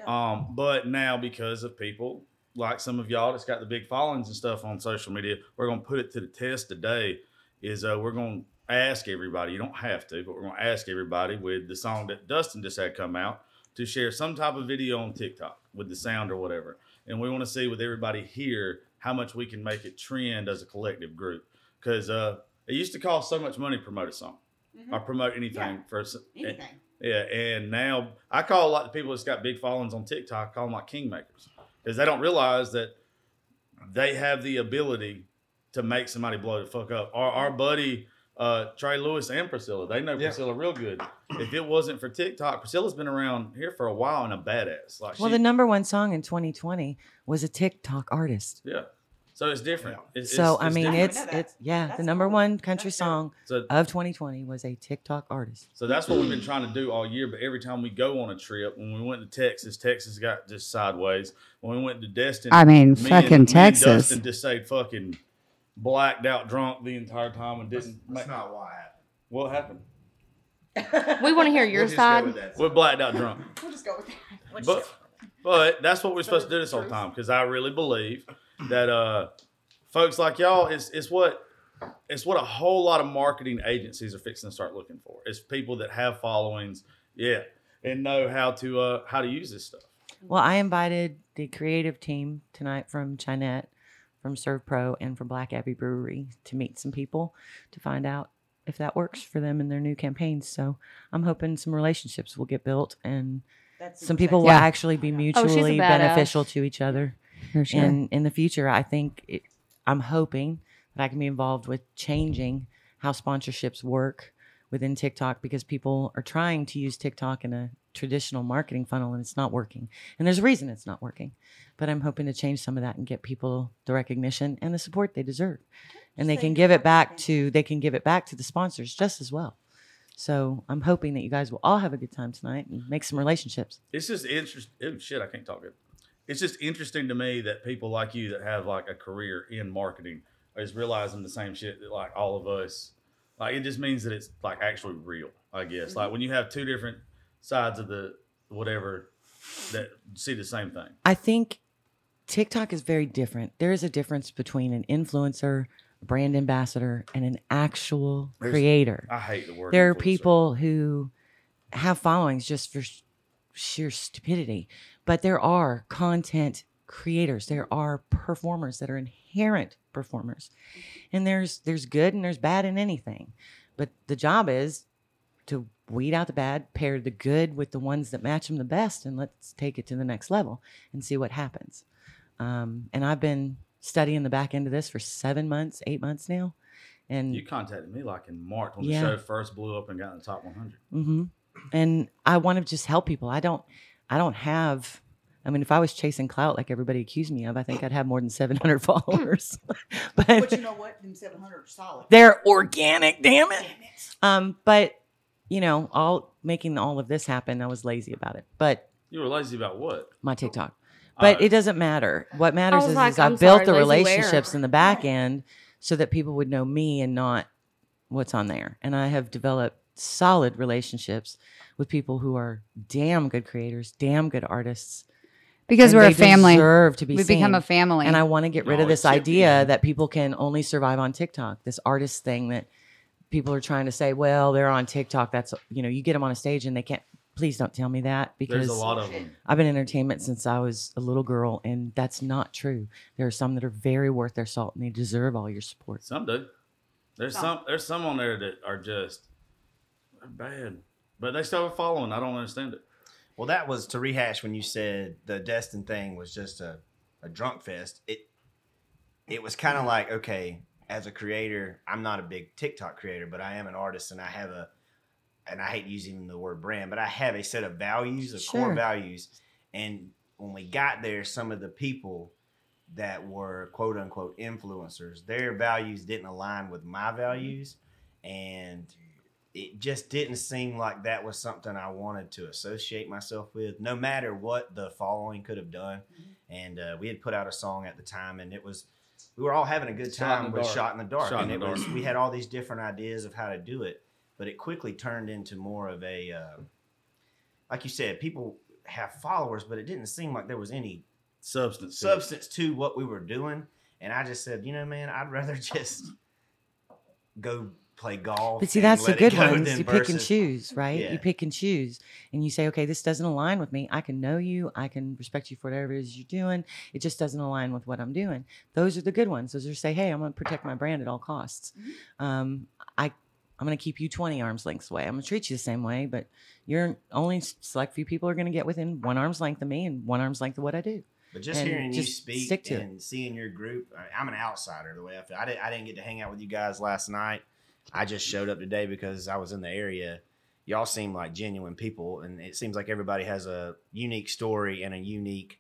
[SPEAKER 1] um, but now because of people like some of y'all that's got the big followings and stuff on social media, we're gonna put it to the test today. Is uh, we're gonna ask everybody. You don't have to, but we're gonna ask everybody with the song that Dustin just had come out to share some type of video on TikTok with the sound or whatever and we want to see with everybody here how much we can make it trend as a collective group because uh, it used to cost so much money to promote a song
[SPEAKER 3] Mm-hmm.
[SPEAKER 1] or promote anything
[SPEAKER 3] Mm. Yeah.
[SPEAKER 1] for us.
[SPEAKER 3] Anything.
[SPEAKER 1] yeah and now i call a lot of people that's got big followings on tiktok call them like kingmakers because they don't realize that they have the ability to make somebody blow the fuck up our, our buddy uh, trey lewis and priscilla they know
[SPEAKER 2] Yeah.
[SPEAKER 1] priscilla real good if it wasn't for tiktok priscilla's been around here for a while and a badass like
[SPEAKER 9] Well,
[SPEAKER 1] she-
[SPEAKER 9] the number one song in 2020 was a TikTok artist.
[SPEAKER 1] Yeah. So it's different. It's,
[SPEAKER 9] so
[SPEAKER 1] it's-
[SPEAKER 9] I
[SPEAKER 1] it's
[SPEAKER 9] mean,
[SPEAKER 1] different.
[SPEAKER 9] it's
[SPEAKER 3] I know that.
[SPEAKER 9] it's yeah,
[SPEAKER 3] That's
[SPEAKER 9] the number
[SPEAKER 3] cool.
[SPEAKER 9] one country
[SPEAKER 3] That's dope.
[SPEAKER 9] song
[SPEAKER 1] so
[SPEAKER 9] of 2020 was a TikTok artist.
[SPEAKER 1] so that's what we've been trying to do all year. But every time we go on a trip, when we went to Texas, Texas got just sideways. When we went to Destin,
[SPEAKER 7] I mean,
[SPEAKER 1] me and-
[SPEAKER 7] fucking
[SPEAKER 1] me and
[SPEAKER 7] Texas.
[SPEAKER 1] Dustin just say fucking blacked out drunk the entire time and didn't.
[SPEAKER 5] That's
[SPEAKER 1] make-
[SPEAKER 5] not why it
[SPEAKER 1] What happened?
[SPEAKER 4] We want to hear your
[SPEAKER 5] happened.
[SPEAKER 4] side.
[SPEAKER 1] We're blacked out drunk.
[SPEAKER 3] We'll just go with that.
[SPEAKER 6] What's
[SPEAKER 1] But,
[SPEAKER 6] your-
[SPEAKER 1] but that's what we're supposed to do this whole
[SPEAKER 6] Truth.
[SPEAKER 1] time because I really believe that uh, folks like y'all is it's what it's what a whole lot of marketing agencies are fixing to start looking for. It's people that have followings, yeah, and know how to uh, how to use this stuff.
[SPEAKER 9] Well, I invited the creative team tonight from Chinette, from Serve Pro, and from Black Abbey Brewery to meet some people to find out if that works for them in their new campaigns. So I'm hoping some relationships will get built and
[SPEAKER 3] That's
[SPEAKER 9] some people will
[SPEAKER 7] Yeah.
[SPEAKER 9] actually be
[SPEAKER 4] Oh, she's a
[SPEAKER 9] mutually
[SPEAKER 4] badass.
[SPEAKER 9] beneficial to each other.
[SPEAKER 7] For sure.
[SPEAKER 9] And in the future, I think it, I'm hoping that I can be involved with changing how sponsorships work within TikTok because people are trying to use TikTok in a traditional marketing funnel and it's not working. And there's a reason it's not working. But I'm hoping to change some of that and get people the recognition and the support they deserve. And they
[SPEAKER 3] Say
[SPEAKER 9] can
[SPEAKER 3] you're
[SPEAKER 9] give it
[SPEAKER 3] not
[SPEAKER 9] back
[SPEAKER 3] working.
[SPEAKER 9] to they can give it back to the sponsors just as well. So I'm hoping that you guys will all have a good time tonight and make some relationships.
[SPEAKER 1] It's just interesting. Shit, I can't talk it. It's just interesting to me that people like you that have like a career in marketing is realizing the same shit that like all of us. Like it just means that it's like actually real, I guess.
[SPEAKER 9] Mm-hmm.
[SPEAKER 1] Like when you have two different sides of the whatever that see the same thing.
[SPEAKER 9] I think TikTok is very different. There is a difference between an influencer, a brand ambassador, and an actual
[SPEAKER 1] There's-
[SPEAKER 9] creator.
[SPEAKER 1] I hate the word.
[SPEAKER 9] There are
[SPEAKER 1] influencer.
[SPEAKER 9] people who have followings just for sh- sheer stupidity, but there are content creators. There are performers that are inherent performers, and there's there's good and there's bad in anything. But the job is to weed out the bad, pair the good with the ones that match them the best, and let's take it to the next level and see what happens. Um, and I've been studying the back end of this for seven months, eight months now, and
[SPEAKER 1] You contacted me like in March when
[SPEAKER 9] Yeah.
[SPEAKER 1] the show first blew up and got in the top 100.
[SPEAKER 9] hmm And I want to just help people. I don't, I don't have. I mean, if I was chasing clout like everybody accused me of, I think I'd have more than 700 followers.
[SPEAKER 3] But
[SPEAKER 9] but
[SPEAKER 3] you know what? Them 700 are solid.
[SPEAKER 9] they're organic, damn it.
[SPEAKER 3] Damn it.
[SPEAKER 9] Um, but you know, all making all of this happen, I was lazy about it. But
[SPEAKER 1] You were lazy about what?
[SPEAKER 9] my TikTok. But
[SPEAKER 1] Uh,
[SPEAKER 9] it doesn't matter. What matters
[SPEAKER 4] was
[SPEAKER 9] is,
[SPEAKER 4] like,
[SPEAKER 9] is I
[SPEAKER 4] I'm
[SPEAKER 9] built
[SPEAKER 4] sorry,
[SPEAKER 9] the
[SPEAKER 4] lazy where?
[SPEAKER 9] relationships in the back end so that people would know me and not what's on there. And I have developed solid relationships with people who are damn good creators, damn good artists.
[SPEAKER 7] because
[SPEAKER 9] and
[SPEAKER 7] we're
[SPEAKER 9] they
[SPEAKER 7] a family.
[SPEAKER 9] Deserve to be
[SPEAKER 7] we become a
[SPEAKER 9] seen.
[SPEAKER 7] family.
[SPEAKER 9] And I want to get rid
[SPEAKER 1] No,
[SPEAKER 9] of this
[SPEAKER 1] it should be.
[SPEAKER 9] idea that people can only survive on TikTok, this artist thing that people are trying to say, well, they're on TikTok. That's, you know, you get them on a stage and they can't, please don't tell me that because
[SPEAKER 1] There's a lot of them.
[SPEAKER 9] I've been in entertainment since I was a little girl, and that's not true. There are some that are very worth their salt, and they deserve all your support.
[SPEAKER 1] Some do. There's
[SPEAKER 3] Some.
[SPEAKER 1] some. There's some on there that are just they're bad, but they still have a following. I don't understand it.
[SPEAKER 5] Well, that was to rehash when you said the Destin thing was just a, a drunk fest. It it was kind of like okay, as a creator, I'm not a big TikTok creator, but I am an artist, and I have a and I hate using the word brand, but I have a set of values, of
[SPEAKER 9] Sure.
[SPEAKER 5] core values, and when we got there, some of the people that were quote unquote influencers, their values didn't align with my values, and it just didn't seem like that was something I wanted to associate myself with, no matter what the following could have done. And uh, we had put out a song at the time, and it was we were all having a good
[SPEAKER 1] Shot in
[SPEAKER 5] time
[SPEAKER 1] the
[SPEAKER 5] with
[SPEAKER 1] dark.
[SPEAKER 5] "Shot in the Dark,"
[SPEAKER 1] Shot in
[SPEAKER 5] and
[SPEAKER 1] the
[SPEAKER 5] it was
[SPEAKER 1] Dark.
[SPEAKER 5] we had all these different ideas of how to do it, but it quickly turned into more of a, uh, like you said, people have followers, but it didn't seem like there was any
[SPEAKER 1] Substance. to it.
[SPEAKER 5] substance to what we were doing. And I just said, you know, man, I'd rather just go play golf.
[SPEAKER 9] But see,
[SPEAKER 5] and
[SPEAKER 9] that's the
[SPEAKER 5] let it
[SPEAKER 9] good
[SPEAKER 5] go
[SPEAKER 9] ones.
[SPEAKER 5] than
[SPEAKER 9] You pick and
[SPEAKER 5] versus-
[SPEAKER 9] choose, right?
[SPEAKER 5] Yeah.
[SPEAKER 9] You pick and choose, and you say, okay, this doesn't align with me. I can know you. I can respect you for whatever it is you're doing. It just doesn't align with what I'm doing. Those are the good ones. Those are say, hey, I'm going to protect my brand at all costs.
[SPEAKER 5] Mm-hmm.
[SPEAKER 9] Um, I I'm going to keep you 20 arms lengths away. I'm going to treat you the same way, but you're only select few people are going to get within one arm's length of me and one arm's length of what I do.
[SPEAKER 5] But just
[SPEAKER 9] and
[SPEAKER 5] hearing
[SPEAKER 9] just
[SPEAKER 5] you speak
[SPEAKER 9] stick to it.
[SPEAKER 5] and seeing your group, I- I'm an outsider the way I feel. I, did, I didn't get to hang out with you guys last night. I just showed up today because I was in the area. Y'all seem like genuine people, and it seems like everybody has a unique story and a unique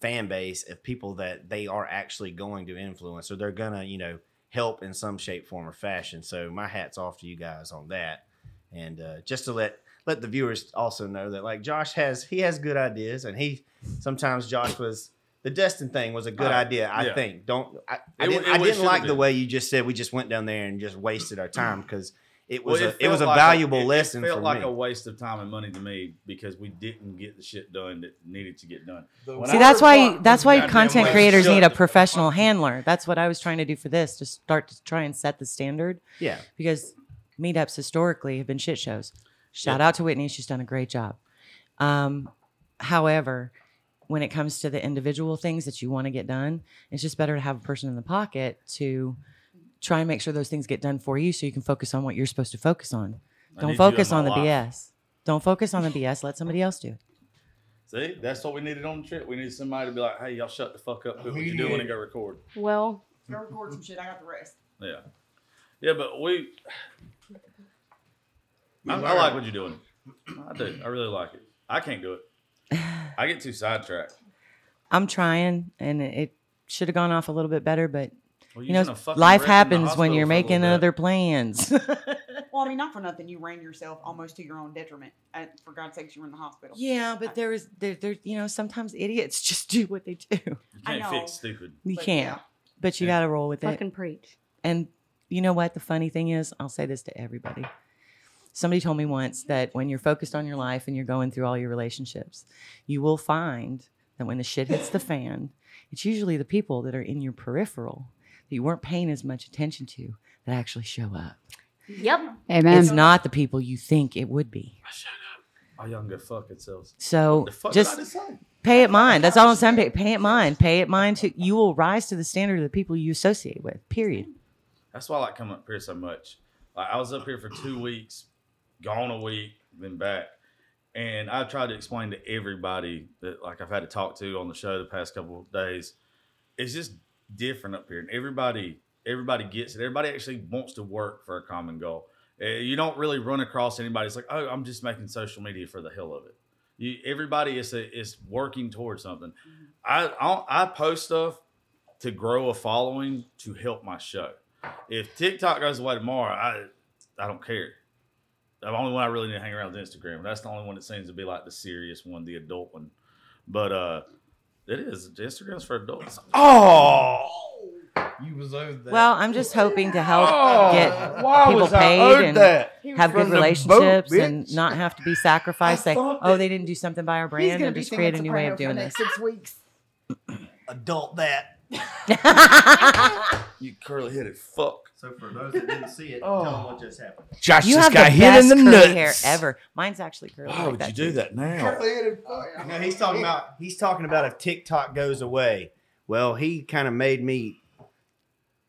[SPEAKER 5] fan base of people that they are actually going to influence or they're going to, you know, help in some shape, form, or fashion. So my hat's off to you guys on that. And uh, just to let let the viewers also know that like Josh has he has good ideas and he sometimes Josh was the Destin thing was a good
[SPEAKER 1] Oh,
[SPEAKER 5] idea, I
[SPEAKER 1] yeah.
[SPEAKER 5] think. Don't I, I
[SPEAKER 1] It w-
[SPEAKER 5] didn't,
[SPEAKER 1] it
[SPEAKER 5] I
[SPEAKER 1] w- it
[SPEAKER 5] didn't
[SPEAKER 1] should've
[SPEAKER 5] like the
[SPEAKER 1] been.
[SPEAKER 5] way you just said we just went down there and just wasted our time because it was
[SPEAKER 1] Well,
[SPEAKER 5] a, it was a
[SPEAKER 1] felt like
[SPEAKER 5] valuable
[SPEAKER 1] it-
[SPEAKER 5] lesson
[SPEAKER 1] It felt
[SPEAKER 5] for
[SPEAKER 1] like
[SPEAKER 5] me.
[SPEAKER 1] a waste of time and money to me because we didn't get the shit done that needed to get done.
[SPEAKER 2] The
[SPEAKER 1] When
[SPEAKER 9] See,
[SPEAKER 1] I-
[SPEAKER 9] that's why
[SPEAKER 2] Waterfront
[SPEAKER 9] that's
[SPEAKER 2] was
[SPEAKER 9] why
[SPEAKER 2] goddamn
[SPEAKER 9] content
[SPEAKER 2] way
[SPEAKER 9] creators
[SPEAKER 2] shut
[SPEAKER 9] need a
[SPEAKER 2] the-
[SPEAKER 9] professional handler. That's what I was trying to do for this, to start to try and set the standard
[SPEAKER 5] yeah.
[SPEAKER 9] because meetups historically have been shit shows. Shout out to Whitney, she's done a great job. Um, however, when it comes to the individual things that you want to get done, it's just better to have a person in the pocket to try and make sure those things get done for you so you can focus on what you're supposed to focus on.
[SPEAKER 1] I need
[SPEAKER 9] Don't
[SPEAKER 1] you in
[SPEAKER 9] focus
[SPEAKER 1] my
[SPEAKER 9] on the
[SPEAKER 1] life.
[SPEAKER 9] BS. Don't focus on the BS. Let somebody else do it.
[SPEAKER 1] See, that's what we needed on the trip. We needed somebody to be like, "Hey, y'all, shut the fuck up. Do what you're doing and go record."
[SPEAKER 4] Well,
[SPEAKER 3] Go record some shit. I got the rest.
[SPEAKER 1] Yeah, yeah, but we. I, I
[SPEAKER 5] learned.
[SPEAKER 1] like what you're doing. I do. I really like it. I can't do it. I get too sidetracked.
[SPEAKER 9] I'm trying, and it- it should have gone off a little bit better, but
[SPEAKER 1] Well,
[SPEAKER 9] you
[SPEAKER 1] was
[SPEAKER 9] know,
[SPEAKER 1] in a fucking
[SPEAKER 9] life
[SPEAKER 1] wreck in the
[SPEAKER 9] happens when
[SPEAKER 1] hospital
[SPEAKER 9] you're
[SPEAKER 1] for a little
[SPEAKER 9] making
[SPEAKER 1] bit.
[SPEAKER 9] other plans.
[SPEAKER 3] Well, I mean, not for nothing. You ran yourself almost to your own detriment. And for God's sakes, you were in the hospital.
[SPEAKER 9] yeah, but there is there, there. You know, sometimes idiots just do what they do.
[SPEAKER 1] You
[SPEAKER 3] I
[SPEAKER 1] can't
[SPEAKER 3] know.
[SPEAKER 1] fix stupid.
[SPEAKER 9] You
[SPEAKER 3] But,
[SPEAKER 9] can't,
[SPEAKER 3] yeah.
[SPEAKER 9] but you
[SPEAKER 1] Yeah.
[SPEAKER 9] got to roll with it.
[SPEAKER 4] fucking preach.
[SPEAKER 9] And you know what? The funny thing is, I'll say this to everybody. Somebody told me once that when you're focused on your life and you're going through all your relationships, you will find that when the shit hits the fan, it's usually the people that are in your peripheral that you weren't paying as much attention to that actually show up.
[SPEAKER 4] Yep.
[SPEAKER 7] Amen.
[SPEAKER 9] it's not the people you think it would be.
[SPEAKER 1] Oh, y'all can go fuck yourselves.
[SPEAKER 9] So
[SPEAKER 1] The fuck
[SPEAKER 9] just
[SPEAKER 1] did I just say?
[SPEAKER 9] pay it mind. That's all I'm saying. Pay, pay it mind. Pay it mind to you will rise to the standard of the people you associate with. Period.
[SPEAKER 1] That's why I like coming up here so much. Like I was up here for two weeks, gone a week, then back. And I tried to explain to everybody that like I've had to talk to on the show the past couple of days. It's just different up here. And everybody everybody gets it. Everybody actually wants to work for a common goal. Eh, You don't really run across anybody. It's like, oh, I'm just making social media for the hell of it. You, everybody is a, is working towards something. I I'll- I post stuff to grow a following to help my show if TikTok goes away tomorrow, I I don't care. The only one I really need to hang around is Instagram. That's the only one that seems to be like the serious one, the adult one. But uh it is Instagram's for adults. Oh,
[SPEAKER 2] You was owed that.
[SPEAKER 9] Well, I'm just hoping to help get
[SPEAKER 2] Oh! why
[SPEAKER 9] people
[SPEAKER 2] was I
[SPEAKER 9] paid
[SPEAKER 2] owed
[SPEAKER 9] and
[SPEAKER 2] that?
[SPEAKER 9] have good
[SPEAKER 2] From the boat,
[SPEAKER 9] relationships and
[SPEAKER 2] bitch.
[SPEAKER 9] not have to be sacrificed.
[SPEAKER 2] I
[SPEAKER 9] Like,
[SPEAKER 2] thought
[SPEAKER 9] oh,
[SPEAKER 2] that-
[SPEAKER 9] they didn't do something by our
[SPEAKER 3] He's
[SPEAKER 9] brand
[SPEAKER 3] gonna
[SPEAKER 9] and
[SPEAKER 3] be
[SPEAKER 9] just
[SPEAKER 3] singing
[SPEAKER 9] create a new way
[SPEAKER 3] Soprano
[SPEAKER 9] of doing
[SPEAKER 3] for the
[SPEAKER 9] this.
[SPEAKER 3] next Six weeks.
[SPEAKER 5] Adult that.
[SPEAKER 1] you curly headed fuck.
[SPEAKER 5] So for those that didn't see it,
[SPEAKER 2] Oh.
[SPEAKER 5] tell them what just happened.
[SPEAKER 2] Josh
[SPEAKER 9] you have the
[SPEAKER 2] just got hit in
[SPEAKER 9] best
[SPEAKER 2] the
[SPEAKER 9] curly
[SPEAKER 2] nuts.
[SPEAKER 9] hair ever. Mine's actually curly.
[SPEAKER 1] Why
[SPEAKER 9] like
[SPEAKER 1] would
[SPEAKER 9] that
[SPEAKER 1] you do
[SPEAKER 9] too.
[SPEAKER 1] that now?
[SPEAKER 5] No, he's talking about he's talking about if TikTok goes away. Well, he kind of made me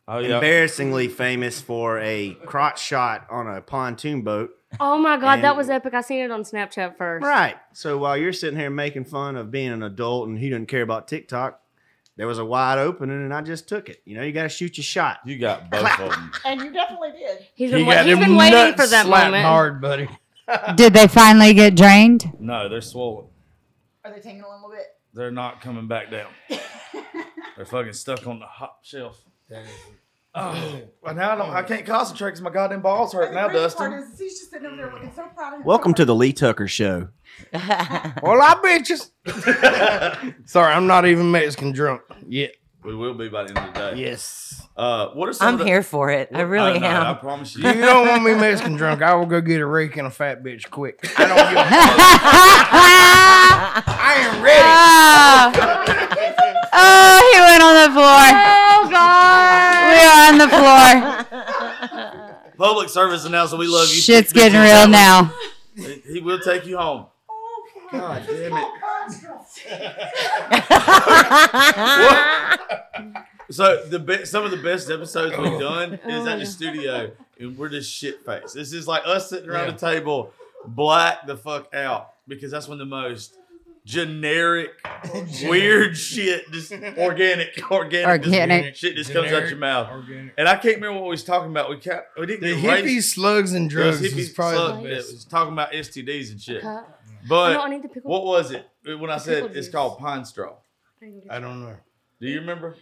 [SPEAKER 1] Oh
[SPEAKER 5] embarrassingly famous for a crotch shot on a pontoon boat.
[SPEAKER 4] Oh my god, that
[SPEAKER 5] And-
[SPEAKER 4] was epic. I seen it on Snapchat first.
[SPEAKER 5] Right. So while you're sitting here making fun of being an adult and he doesn't care about TikTok, there was a wide opening and I just took it. You know, you got to shoot your shot.
[SPEAKER 1] You got both of them.
[SPEAKER 3] And you definitely did.
[SPEAKER 4] He's
[SPEAKER 2] He
[SPEAKER 4] been, wa-
[SPEAKER 2] got
[SPEAKER 4] he's
[SPEAKER 2] them
[SPEAKER 4] been waiting
[SPEAKER 2] nuts
[SPEAKER 4] for that
[SPEAKER 2] slapped
[SPEAKER 4] moment.
[SPEAKER 2] hard, buddy.
[SPEAKER 7] Did they finally get drained?
[SPEAKER 1] No, they're swollen.
[SPEAKER 3] Are they taking a little bit?
[SPEAKER 1] They're not coming back down. They're fucking stuck on the hot shelf. Oh, well, now I don't. I can't concentrate because my goddamn balls hurt
[SPEAKER 3] And the
[SPEAKER 1] now,
[SPEAKER 3] crazy
[SPEAKER 1] Dustin.
[SPEAKER 3] part is he's just sitting over there looking so proud of himself.
[SPEAKER 5] Welcome to the Lee Tucker Show.
[SPEAKER 2] Hola, bitches. Sorry, I'm not even Mexican drunk yet.
[SPEAKER 1] We will be by the end of the day.
[SPEAKER 5] Yes.
[SPEAKER 1] Uh, what are some?
[SPEAKER 9] I'm
[SPEAKER 1] of the,
[SPEAKER 9] here for it. I really
[SPEAKER 1] Oh, no, I
[SPEAKER 9] am.
[SPEAKER 1] promise
[SPEAKER 2] You
[SPEAKER 1] you.
[SPEAKER 2] don't want me Mexican drunk. I will go get a rake and a fat bitch quick. I don't give
[SPEAKER 7] Oh,
[SPEAKER 2] a I am ready.
[SPEAKER 7] oh, he went on the floor.
[SPEAKER 4] Oh god.
[SPEAKER 7] We are on the floor.
[SPEAKER 1] Public service announcement. We love you.
[SPEAKER 7] Shit's
[SPEAKER 1] Bitches,
[SPEAKER 7] getting real now.
[SPEAKER 1] He- He will take you home.
[SPEAKER 3] Oh,
[SPEAKER 1] God damn it. So the be- some of the best episodes we've done
[SPEAKER 2] Oh.
[SPEAKER 1] is at the studio, and we're just shit faced. This is like us sitting around
[SPEAKER 2] Yeah.
[SPEAKER 1] the table, black the fuck out, because that's when the most generic, weird shit, just organic, organic,
[SPEAKER 7] Organic.
[SPEAKER 1] Just, shit just comes out your mouth. And I can't remember what we was talking about. We can't, we didn't
[SPEAKER 2] The
[SPEAKER 1] get
[SPEAKER 2] hippies, slugs, and drugs
[SPEAKER 1] It was
[SPEAKER 2] is
[SPEAKER 1] hippies
[SPEAKER 2] probably
[SPEAKER 1] suck.
[SPEAKER 2] the
[SPEAKER 1] It
[SPEAKER 2] best.
[SPEAKER 1] was talking about STDs and shit.
[SPEAKER 4] Oh, no, I
[SPEAKER 1] But
[SPEAKER 4] need the pickle.
[SPEAKER 1] what was it when I said
[SPEAKER 4] Pickle
[SPEAKER 1] it's
[SPEAKER 4] juice.
[SPEAKER 1] called pine straw?
[SPEAKER 2] I don't know.
[SPEAKER 1] Do you remember?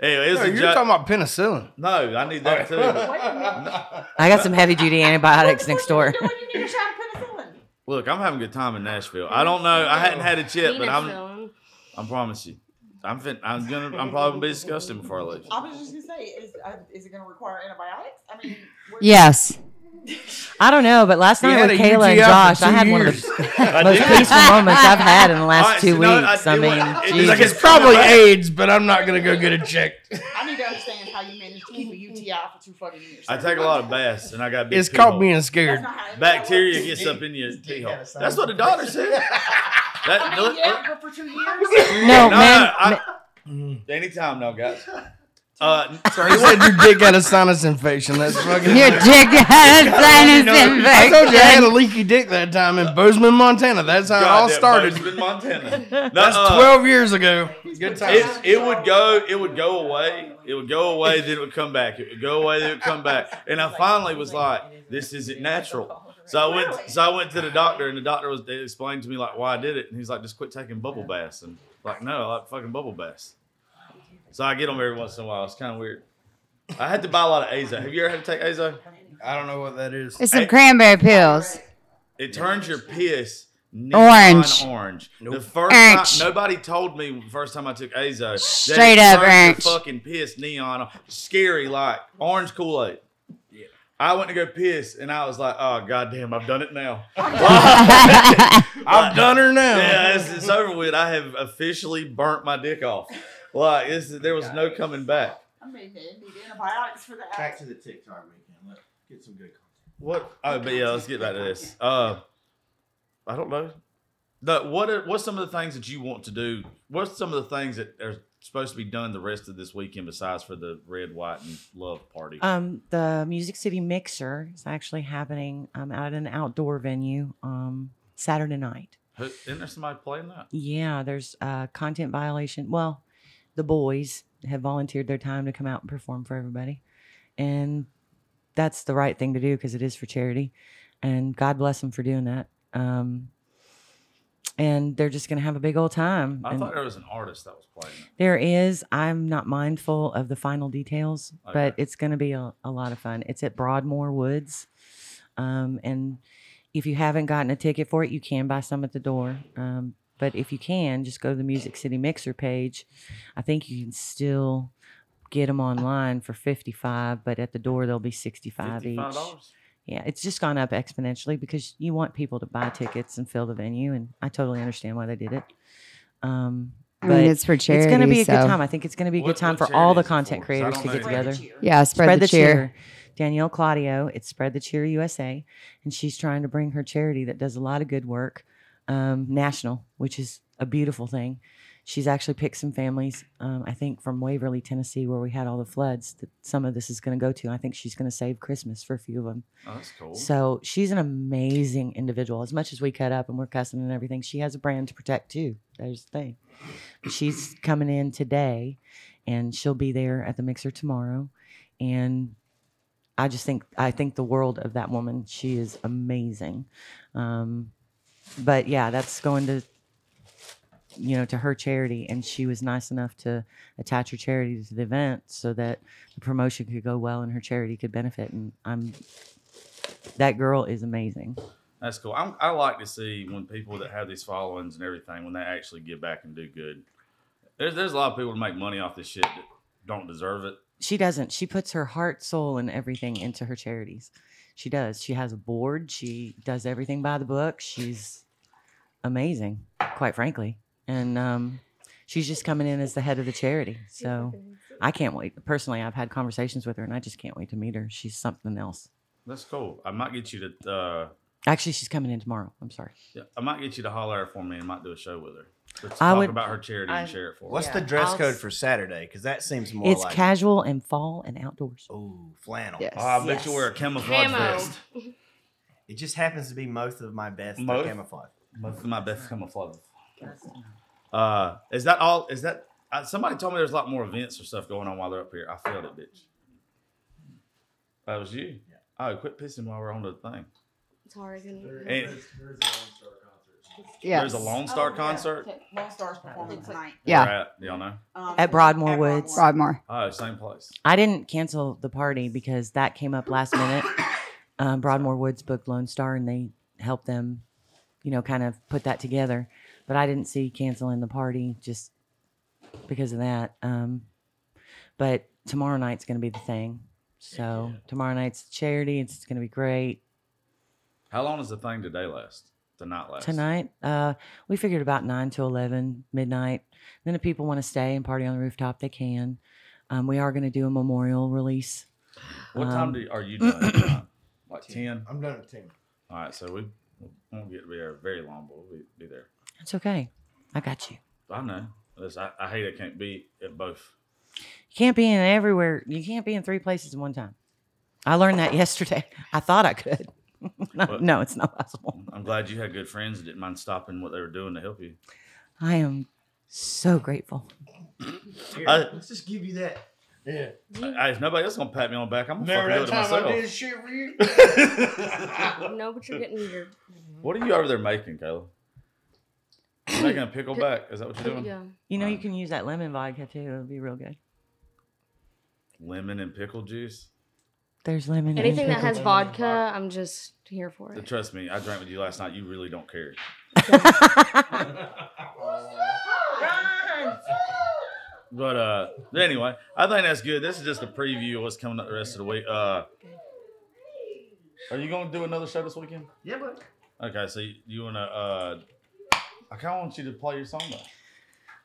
[SPEAKER 1] Anyway, it was
[SPEAKER 2] No,
[SPEAKER 1] a
[SPEAKER 2] you're
[SPEAKER 1] jo-
[SPEAKER 2] talking about penicillin.
[SPEAKER 1] no, I need that too. but-
[SPEAKER 9] I got some heavy duty antibiotics next door.
[SPEAKER 3] Doing, you need a shot of penicillin.
[SPEAKER 1] Look, I'm having a good time in Nashville. I don't know. I hadn't had a chip, but I'm
[SPEAKER 4] Penis
[SPEAKER 1] I promise you. I'm fin- I'm gonna I'm probably gonna be disgusting before I leave.
[SPEAKER 3] I was just gonna say, is uh, is it gonna require antibiotics? I mean, we're-
[SPEAKER 7] Yes.
[SPEAKER 9] I don't know, but last
[SPEAKER 2] He
[SPEAKER 9] night
[SPEAKER 2] had
[SPEAKER 9] with
[SPEAKER 2] a
[SPEAKER 9] Kayla and
[SPEAKER 2] UTI for
[SPEAKER 9] Josh, I
[SPEAKER 2] two
[SPEAKER 9] had one of
[SPEAKER 2] years.
[SPEAKER 9] the most peaceful moments I've had in the last
[SPEAKER 1] Alright,
[SPEAKER 9] two
[SPEAKER 1] so now I
[SPEAKER 9] weeks.
[SPEAKER 1] do
[SPEAKER 9] I
[SPEAKER 1] wanna-
[SPEAKER 9] mean,
[SPEAKER 1] it's
[SPEAKER 2] He's like,
[SPEAKER 9] Jesus.
[SPEAKER 2] it's probably AIDS, but I'm not gonna go get it checked.
[SPEAKER 3] I need to understand how you managed to keep a UTI for two fucking years.
[SPEAKER 1] I take a lot of baths and I got big
[SPEAKER 2] It's called
[SPEAKER 1] pee-hole.
[SPEAKER 2] being scared.
[SPEAKER 3] That's not how it-
[SPEAKER 1] bacteria gets up in your pee hole. That's what the doctor said. That,
[SPEAKER 3] I mean, yeah, but for two years.
[SPEAKER 9] no,
[SPEAKER 1] no,
[SPEAKER 9] man.
[SPEAKER 1] I,
[SPEAKER 2] Mm.
[SPEAKER 1] anytime now, guys. Uh,
[SPEAKER 2] He said your dick had a sinus infection. That's fucking.
[SPEAKER 7] Your dick has sinus
[SPEAKER 2] I told you I had a
[SPEAKER 7] infection.
[SPEAKER 2] leaky dick that time in Bozeman, Montana. That's how it all
[SPEAKER 1] goddamn,
[SPEAKER 2] started.
[SPEAKER 1] Bozeman, Montana. No,
[SPEAKER 2] That's
[SPEAKER 1] uh,
[SPEAKER 2] 12 years ago. Good times.
[SPEAKER 1] It, it would go, it would go away, it would go away, then it would come back, it would go away, then it would come back, and I finally was like, "This isn't natural." So I went, so I went to the doctor, and the doctor was they explained to me like why I did it, and he's like, "Just quit taking bubble baths," and I'm like, "No, I like fucking bubble baths." So I get them every once in a while. It's kind of weird. I had to buy a lot of Azo. Have you ever had to take Azo?
[SPEAKER 2] I don't know what that is.
[SPEAKER 7] It's some cranberry pills.
[SPEAKER 1] It turns your piss neon
[SPEAKER 7] Orange.
[SPEAKER 1] Orange. The
[SPEAKER 2] Nope.
[SPEAKER 1] first
[SPEAKER 7] Orange.
[SPEAKER 1] time, nobody told me the first time I took Azo. that it
[SPEAKER 7] Straight up
[SPEAKER 1] turns your
[SPEAKER 7] orange.
[SPEAKER 1] Fucking piss neon. Scary like orange Kool Aid. I went to go piss and I was like, oh goddamn, I've done it now.
[SPEAKER 2] I've done her now.
[SPEAKER 1] Yeah, it's, it's over with. I have officially burnt my dick off. Like it's, there was no coming back.
[SPEAKER 3] I mean, they need antibiotics for that.
[SPEAKER 5] to the TikTok weekend. Let's get some good content.
[SPEAKER 1] What? Oh, but yeah, let's get back to this. Uh, I don't know. The, what are, what's some of the things that you want to do? What's some of the things that are supposed to be done the rest of this weekend besides for the red, white, and love party?
[SPEAKER 9] Um, the Music City Mixer is actually happening um, out at an outdoor venue um, Saturday night.
[SPEAKER 1] Who, isn't there somebody playing that?
[SPEAKER 9] Yeah, there's uh, content violation. Well, the boys have volunteered their time to come out and perform for everybody, and that's the right thing to do because it is for charity, and God bless them for doing that. Um, and they're just gonna have a big old time.
[SPEAKER 1] I
[SPEAKER 9] and-
[SPEAKER 1] thought there was an artist that was playing it.
[SPEAKER 9] there is. I'm not mindful of the final details, but
[SPEAKER 1] Okay.
[SPEAKER 9] it's going to be a, a lot of fun. It's at Broadmoor Woods. Um, and if you haven't gotten a ticket for it, you can buy some at the door. Um, but if you can, just go to the Music City Mixer page. I think you can still get them online for 55, but at the door, they'll be 65
[SPEAKER 1] Fifty-five
[SPEAKER 9] each.
[SPEAKER 1] dollars.
[SPEAKER 9] Yeah, it's just gone up exponentially because you want people to buy tickets and fill the venue. And I totally understand why they did it. Um,
[SPEAKER 7] I mean,
[SPEAKER 9] but-
[SPEAKER 7] it's for charity.
[SPEAKER 9] it's going to be a
[SPEAKER 7] so.
[SPEAKER 9] good time. I think it's going to be a
[SPEAKER 1] What-
[SPEAKER 9] good time
[SPEAKER 1] what
[SPEAKER 9] for all the
[SPEAKER 1] charity is it
[SPEAKER 9] content
[SPEAKER 1] for? 'Cause I
[SPEAKER 9] creators
[SPEAKER 1] don't
[SPEAKER 9] to
[SPEAKER 1] know
[SPEAKER 9] get
[SPEAKER 1] anything.
[SPEAKER 9] together.
[SPEAKER 7] Yeah, spread, the, cheer.
[SPEAKER 9] Danielle Claudio, it's Spread the Cheer USA, and she's trying to bring her charity that does a lot of good work um, national, which is a beautiful thing. She's actually picked some families, um, I think, from Waverly, Tennessee, where we had all the floods. That some of this is going to go to. I think she's going to save Christmas for a few of them.
[SPEAKER 1] Oh, that's cool.
[SPEAKER 9] So she's an amazing individual. As much as we cut up and we're cussing and everything, she has a brand to protect too. There's the thing. She's coming in today and she'll be there at the mixer tomorrow. And I just think I think the world of that woman. She is amazing. Um, but yeah, that's going to you know to her charity and she was nice enough to attach her charity to the event so that the promotion could go well and her charity could benefit and i'm that girl is amazing.
[SPEAKER 1] That's cool. I'm, I like to see when people that have these followings and everything when they actually give back and do good. There's there's a lot of people that make money off this shit that don't deserve it.
[SPEAKER 9] She doesn't. She puts her heart, soul, and everything into her charities. She does. She has a board. She does everything by the book. She's amazing, quite frankly. And um, she's just coming in as the head of the charity. So I can't wait. Personally, I've had conversations with her and I just can't wait to meet her. She's something else.
[SPEAKER 1] That's cool. I might get you to uh,
[SPEAKER 9] Actually, she's coming in tomorrow. I'm sorry.
[SPEAKER 1] Yeah, I might get you to holler at her for me and might do a show with her. Let's
[SPEAKER 9] I
[SPEAKER 1] talk
[SPEAKER 9] would-
[SPEAKER 1] about her charity
[SPEAKER 9] I-
[SPEAKER 1] and share it for
[SPEAKER 5] What's
[SPEAKER 1] us.
[SPEAKER 5] the dress
[SPEAKER 9] I'll
[SPEAKER 5] code
[SPEAKER 9] s-
[SPEAKER 5] for Saturday? Because that seems more
[SPEAKER 9] it's
[SPEAKER 5] like
[SPEAKER 9] casual and fall and outdoors.
[SPEAKER 5] Oh, flannel.
[SPEAKER 7] Yes.
[SPEAKER 1] Oh, I bet
[SPEAKER 9] Yes.
[SPEAKER 1] you wear a camouflage
[SPEAKER 4] Camo.
[SPEAKER 1] vest.
[SPEAKER 5] It just happens to be most of my best
[SPEAKER 1] Most?
[SPEAKER 5] camouflage.
[SPEAKER 1] Most of my best camouflage. Uh, is that all? Is that uh, somebody told me there's a lot more events or stuff going on while they're up here? I failed it, bitch. That was you. Oh, quit pissing while we're on the thing.
[SPEAKER 4] It's hard, isn't it?
[SPEAKER 1] And
[SPEAKER 7] Yes.
[SPEAKER 1] there's a Lone Star
[SPEAKER 3] Oh, yeah.
[SPEAKER 1] concert.
[SPEAKER 3] Lone Stars performing tonight.
[SPEAKER 7] Yeah.
[SPEAKER 1] Where at? y'all know.
[SPEAKER 3] Um,
[SPEAKER 9] At Broadmoor Woods.
[SPEAKER 7] Broadmoor.
[SPEAKER 1] Oh, same place.
[SPEAKER 9] I didn't cancel the party because that came up last minute. Um, Broadmoor Woods booked Lone Star and they helped them, you know, kind of put that together. But I didn't see canceling the party just because of that. Um, but tomorrow night's going to be the thing. So tomorrow night's charity. It's going to be great.
[SPEAKER 1] How long does the thing today last? The night last?
[SPEAKER 9] Tonight, uh, we figured about nine to eleven midnight. Then if people want to stay and party on the rooftop, they can. Um, we are going to do a memorial release.
[SPEAKER 1] What
[SPEAKER 9] Um,
[SPEAKER 1] time do, are you done? tonight? like 10?
[SPEAKER 5] I'm done at 10.
[SPEAKER 1] All right, so we we won't get to be there very long, but we'll be, be there.
[SPEAKER 9] It's okay. I got you.
[SPEAKER 1] I know. Listen, I, I hate I can't be at both.
[SPEAKER 9] You can't be in everywhere. You can't be in three places at one time. I learned that yesterday. I thought I could. No,
[SPEAKER 1] Well-
[SPEAKER 9] no, it's not possible.
[SPEAKER 1] I'm glad you had good friends that didn't mind stopping what they were doing to help you.
[SPEAKER 9] I am so grateful.
[SPEAKER 10] Here,
[SPEAKER 1] I-
[SPEAKER 10] let's just give you that.
[SPEAKER 5] Yeah.
[SPEAKER 1] I, if nobody else gonna pat me on the back, I'm gonna
[SPEAKER 5] Remember that time I
[SPEAKER 1] fucking do
[SPEAKER 5] did
[SPEAKER 1] it
[SPEAKER 5] shit for you?
[SPEAKER 1] to myself.
[SPEAKER 4] No, but you're getting your.
[SPEAKER 1] what are you over there making, Kayla? You're making a pickle back. Is that what you're doing?
[SPEAKER 4] Yeah.
[SPEAKER 9] You know, you
[SPEAKER 1] Wow.
[SPEAKER 9] can use that lemon vodka too. It'll be real good.
[SPEAKER 1] Lemon and pickle juice.
[SPEAKER 9] There's lemon. and
[SPEAKER 4] Anything that
[SPEAKER 9] pickle
[SPEAKER 4] has
[SPEAKER 9] juice.
[SPEAKER 4] vodka, I'm just here for
[SPEAKER 1] But
[SPEAKER 4] it.
[SPEAKER 1] Trust me, I drank with you last night. You really don't care. But uh, but anyway, I think that's good. This is just a preview of what's coming up the rest of the week. Uh, are you gonna do another show this weekend?
[SPEAKER 10] Yeah, but
[SPEAKER 1] Okay, so you, you wanna? Uh, I kind of want you to play your song though,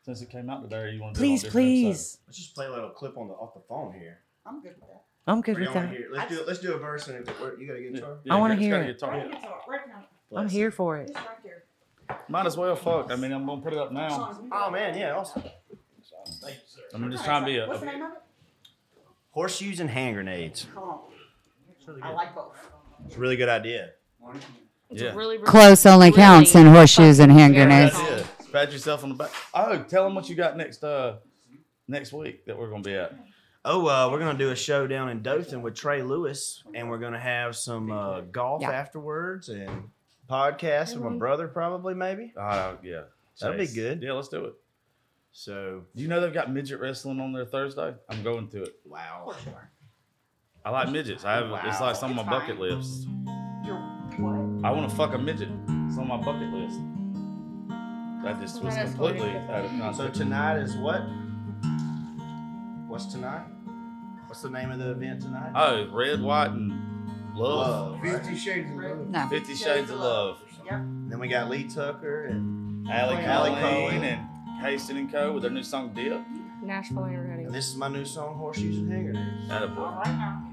[SPEAKER 1] since it came out today. You want to?
[SPEAKER 9] Please, please.
[SPEAKER 10] let's just play a little clip on the off the phone here.
[SPEAKER 3] I'm good with that.
[SPEAKER 9] I'm good
[SPEAKER 10] Or y'all
[SPEAKER 9] with
[SPEAKER 10] wanna
[SPEAKER 9] that.
[SPEAKER 10] hear- let's do let's do a verse and if it, you got a guitar.
[SPEAKER 9] I wanna hear it.
[SPEAKER 1] Guitar.
[SPEAKER 3] It's all right now.
[SPEAKER 9] I'm here for it.
[SPEAKER 3] It's right there.
[SPEAKER 1] Might as well fuck. I mean, I'm gonna put it up now.
[SPEAKER 10] Oh man, yeah, awesome.
[SPEAKER 1] I'm just trying to be a.
[SPEAKER 3] What's the name
[SPEAKER 1] a
[SPEAKER 3] of it?
[SPEAKER 10] Horseshoes and hand grenades.
[SPEAKER 3] Come on. I like both.
[SPEAKER 10] It's a really good idea.
[SPEAKER 4] It's
[SPEAKER 1] yeah.
[SPEAKER 4] a really, really
[SPEAKER 7] Close only
[SPEAKER 4] really
[SPEAKER 7] counts in horseshoes and hand
[SPEAKER 4] fucking
[SPEAKER 7] grenades.
[SPEAKER 4] good song.
[SPEAKER 1] Pat yourself on the back. Oh, tell them what you got next. Uh, next week that we're gonna be at.
[SPEAKER 10] Oh, uh, we're gonna do a show down in Dothan with Trey Lewis, and we're gonna have some uh, golf
[SPEAKER 7] Yeah.
[SPEAKER 10] afterwards and podcast with my brother, probably maybe.
[SPEAKER 1] Uh, yeah.
[SPEAKER 10] That'd be
[SPEAKER 1] Chase.
[SPEAKER 10] good.
[SPEAKER 1] Yeah, let's do it.
[SPEAKER 10] So
[SPEAKER 1] Do you know they've got midget wrestling on there Thursday? I'm going to it.
[SPEAKER 10] wow,
[SPEAKER 1] I like midgets. I have it's
[SPEAKER 10] Wow.
[SPEAKER 1] like some of my
[SPEAKER 3] It's
[SPEAKER 1] bucket
[SPEAKER 3] fine.
[SPEAKER 1] lists.
[SPEAKER 3] Your what?
[SPEAKER 1] I want to fuck a midget. It's on my bucket list. That just was
[SPEAKER 4] That's
[SPEAKER 1] completely
[SPEAKER 4] hilarious.
[SPEAKER 1] out of
[SPEAKER 10] So
[SPEAKER 1] concept.
[SPEAKER 10] tonight is what? What's tonight? What's the name of the event tonight?
[SPEAKER 1] Oh, red, white, and love.
[SPEAKER 10] Love, right?
[SPEAKER 5] 50 Shades of Blue.
[SPEAKER 7] No.
[SPEAKER 1] Fifty Shades of Love.
[SPEAKER 10] And then we got Lee Tucker and,
[SPEAKER 1] Allie
[SPEAKER 10] Allie
[SPEAKER 1] Cohen
[SPEAKER 10] Cohen.
[SPEAKER 1] and Haston and Co. with their new song Dip.
[SPEAKER 4] Nashville ain't ready.
[SPEAKER 10] and this is my new song, Horseshoes and Hand Grenades.
[SPEAKER 1] That a
[SPEAKER 3] All
[SPEAKER 1] boy.
[SPEAKER 3] right now.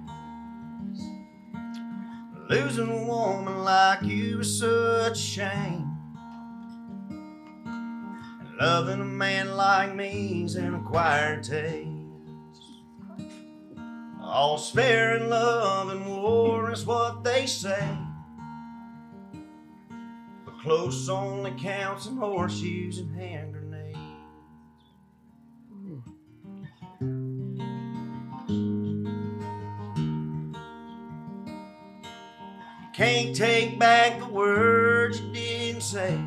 [SPEAKER 10] Losing a woman like you is such a shame. And Loving a man like me's an acquired taste. All's fair in love and war is what they say. But close only counts in horseshoes and hand grenades. Can't take back the words you didn't say.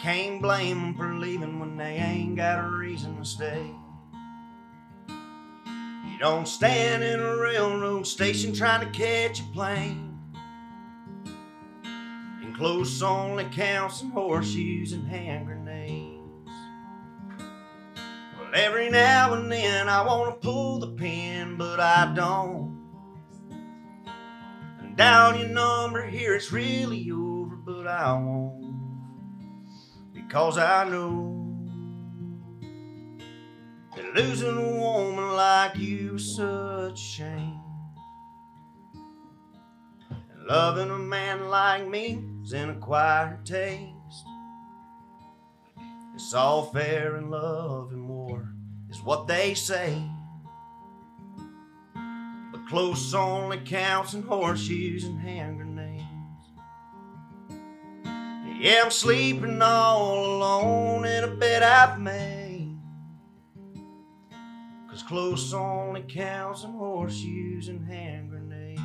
[SPEAKER 10] Can't blame 'em for leaving when they ain't got a reason to stay. You don't stand in a railroad station trying to catch a plane. And close only counts in horseshoes and hand grenades. Well, every now and then I want to pull the pin, but I don't. And down your number here, it's really over, but I won't. Because I know that losing a woman like you is such a shame. And loving a man like me is an acquired taste. It's all fair in love and war, is what they say. But close only counts in horseshoes and hand grenades. Yeah, I'm sleeping all alone in a bed I've made. Cause close only counts in horseshoes and hand grenades.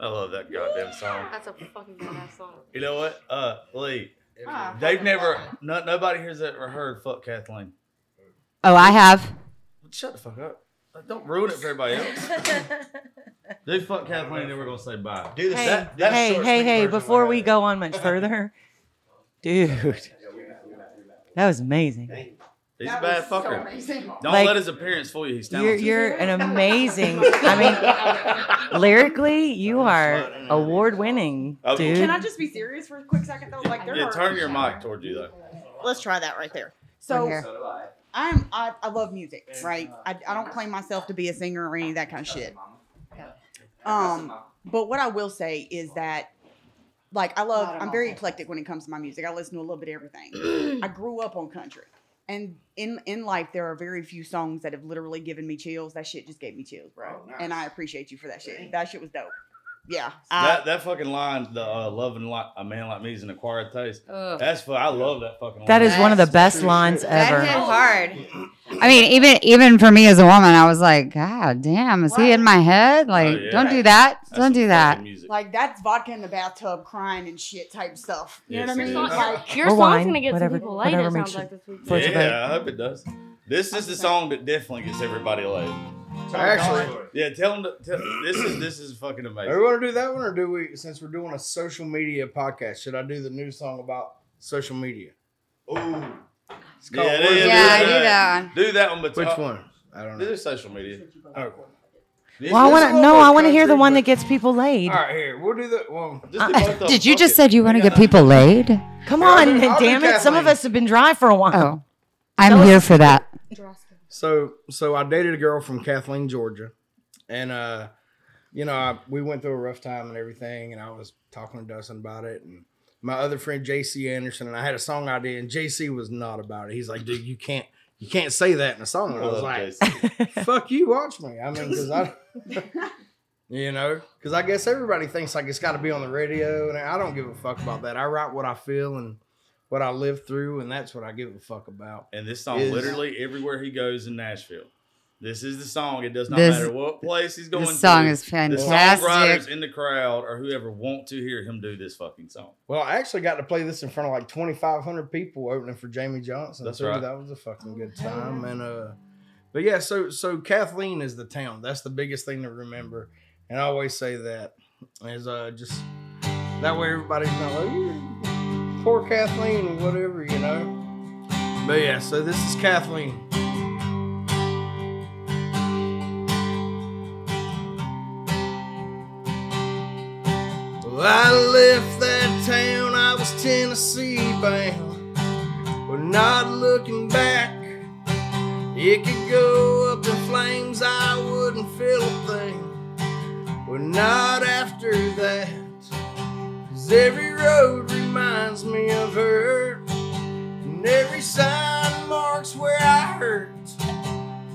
[SPEAKER 1] I love that goddamn song.
[SPEAKER 4] That's a fucking badass song.
[SPEAKER 1] You know what? Uh, Lee,
[SPEAKER 3] Ah,
[SPEAKER 1] they've
[SPEAKER 3] fucking
[SPEAKER 1] never,
[SPEAKER 3] love
[SPEAKER 1] no, nobody here's ever heard "fuck Kathleen."
[SPEAKER 7] Oh, I have.
[SPEAKER 1] Shut the fuck up! Don't ruin it for everybody else. Do "fuck Kathleen," then we're gonna say bye.
[SPEAKER 10] Do the
[SPEAKER 9] Hey,
[SPEAKER 10] that, that
[SPEAKER 9] hey,
[SPEAKER 10] short,
[SPEAKER 9] hey,
[SPEAKER 10] sweet
[SPEAKER 9] hey!
[SPEAKER 10] version
[SPEAKER 9] Before
[SPEAKER 10] like
[SPEAKER 9] we
[SPEAKER 10] that.
[SPEAKER 9] go on much further, dude, That was amazing.
[SPEAKER 1] He's a bad fucker. Don't
[SPEAKER 9] Like-
[SPEAKER 1] let his appearance fool you. He's
[SPEAKER 9] You're
[SPEAKER 1] talented.
[SPEAKER 9] you're an amazing. I mean, lyrically, you are award winning,
[SPEAKER 1] Oh,
[SPEAKER 9] dude.
[SPEAKER 3] Can I just be serious for a quick second though? Like, they're
[SPEAKER 1] yeah,
[SPEAKER 3] hard
[SPEAKER 1] turn
[SPEAKER 3] to
[SPEAKER 1] your
[SPEAKER 3] shower.
[SPEAKER 1] mic toward you though.
[SPEAKER 3] Let's try that right there.
[SPEAKER 7] Right
[SPEAKER 3] So
[SPEAKER 7] here.
[SPEAKER 3] I'm I, I love music,
[SPEAKER 1] uh,
[SPEAKER 3] right? I, I don't claim myself to be a singer or any of that kind of shit. Um,
[SPEAKER 9] Oh,
[SPEAKER 3] but what I will say is that, like, I love. I'm very eclectic when it comes to my music. I listen to a little bit of everything. I grew up on country, and in in life there are very few songs that have literally given me chills. That shit just gave me chills, bro.
[SPEAKER 5] Oh, nice.
[SPEAKER 3] And I appreciate you for that shit. That shit was dope. Yeah, I,
[SPEAKER 9] Uh,
[SPEAKER 1] That that fucking line, the uh, loving like a man like me is an acquired taste.
[SPEAKER 8] Ugh.
[SPEAKER 1] That's fu- I love that fucking.
[SPEAKER 9] That
[SPEAKER 1] line.
[SPEAKER 9] is one of the best lines
[SPEAKER 8] That hit
[SPEAKER 9] ever.
[SPEAKER 8] hard.
[SPEAKER 7] I mean, even even for me as a woman, I was like, God damn, is he in my head? Like,
[SPEAKER 1] Oh, yeah.
[SPEAKER 7] don't do that.
[SPEAKER 1] That's
[SPEAKER 7] don't
[SPEAKER 1] some
[SPEAKER 7] do
[SPEAKER 1] fucking
[SPEAKER 7] that.
[SPEAKER 1] music.
[SPEAKER 3] like that's vodka in the bathtub, crying and shit type stuff. You know
[SPEAKER 1] Yes,
[SPEAKER 3] what I mean?
[SPEAKER 1] it is.
[SPEAKER 3] Like,
[SPEAKER 4] Your song's
[SPEAKER 9] Rewind,
[SPEAKER 4] gonna get
[SPEAKER 9] whatever-
[SPEAKER 4] some people laid. It
[SPEAKER 9] whatever
[SPEAKER 4] sounds
[SPEAKER 9] makes
[SPEAKER 4] like this week.
[SPEAKER 9] Floats your boat.
[SPEAKER 1] yeah, I hope it does. This is the song that definitely gets everybody laid.
[SPEAKER 2] Actually,
[SPEAKER 1] Yeah, tell them. To, tell, this is this is fucking
[SPEAKER 2] do we
[SPEAKER 1] amazing.
[SPEAKER 2] want to do that one, or do we? Since we're doing a social media podcast, should I do the new song about social media?
[SPEAKER 1] Ooh.
[SPEAKER 2] It's called
[SPEAKER 1] Yeah, it
[SPEAKER 2] Words
[SPEAKER 1] is.
[SPEAKER 2] of
[SPEAKER 7] Yeah,
[SPEAKER 1] do
[SPEAKER 7] do
[SPEAKER 1] that.
[SPEAKER 7] that.
[SPEAKER 1] Do that one, but
[SPEAKER 2] Which
[SPEAKER 1] uh,
[SPEAKER 2] one? I don't
[SPEAKER 1] This
[SPEAKER 2] know.
[SPEAKER 1] is social media.
[SPEAKER 2] Oh.
[SPEAKER 1] This-
[SPEAKER 9] Well, I
[SPEAKER 1] this
[SPEAKER 9] want
[SPEAKER 1] is
[SPEAKER 9] to
[SPEAKER 1] one
[SPEAKER 9] no,
[SPEAKER 1] of
[SPEAKER 9] I
[SPEAKER 1] those
[SPEAKER 9] want to hear the
[SPEAKER 1] country,
[SPEAKER 9] one that
[SPEAKER 1] but-
[SPEAKER 9] gets people laid.
[SPEAKER 2] All right, here we'll do the one.
[SPEAKER 1] just do both of them.
[SPEAKER 7] Uh, Did you
[SPEAKER 1] Fuck
[SPEAKER 7] just
[SPEAKER 1] it.
[SPEAKER 7] said you
[SPEAKER 1] We
[SPEAKER 7] want to
[SPEAKER 1] got
[SPEAKER 7] get people laid?
[SPEAKER 9] Come on,
[SPEAKER 2] I'll do
[SPEAKER 9] damn it! Some of
[SPEAKER 2] Kathleen.
[SPEAKER 9] us have been dry for a while.
[SPEAKER 7] Oh, I'm here for that.
[SPEAKER 2] So so I dated a girl from Kathleen, Georgia, and uh, you know I, we went through a rough time and everything, and I was talking to Dustin about it, and my other friend J.C. Anderson, and I had a song idea, and J.C. was not about it. He's like, dude, you can't you can't say that in a song. And I was
[SPEAKER 1] love
[SPEAKER 2] like,
[SPEAKER 1] Jason.
[SPEAKER 2] fuck you, watch me. I mean, because I. You know, because I guess everybody thinks like it's got to be on the radio, and I don't give a fuck about that. I write what I feel and what I live through, and that's what I give a fuck about.
[SPEAKER 1] And this song
[SPEAKER 2] Is-
[SPEAKER 1] literally everywhere he goes in Nashville. This is the song. It does not
[SPEAKER 7] This-
[SPEAKER 1] matter what place he's going.
[SPEAKER 7] This song
[SPEAKER 1] to.
[SPEAKER 7] is
[SPEAKER 1] the
[SPEAKER 7] fantastic.
[SPEAKER 1] songwriters in the crowd or whoever want to hear him do this fucking song.
[SPEAKER 2] Well, I actually got to play this in front of like 2,500 people opening for Jamie Johnson.
[SPEAKER 1] That's
[SPEAKER 2] so
[SPEAKER 1] right.
[SPEAKER 2] That was a fucking good time. And, uh, but yeah, so, so Kathleen is the town. That's the biggest thing to remember. And I always say that is, uh, just that way everybody's not like, "Ooh, poor Kathleen or whatever, you know? But yeah, so this is Kathleen. Well, I left that town, I was Tennessee bound. But not looking back, it could go up in flames, I wouldn't feel a thing. But not after that, 'cause every road reminds me of her. And every sign marks where I hurt.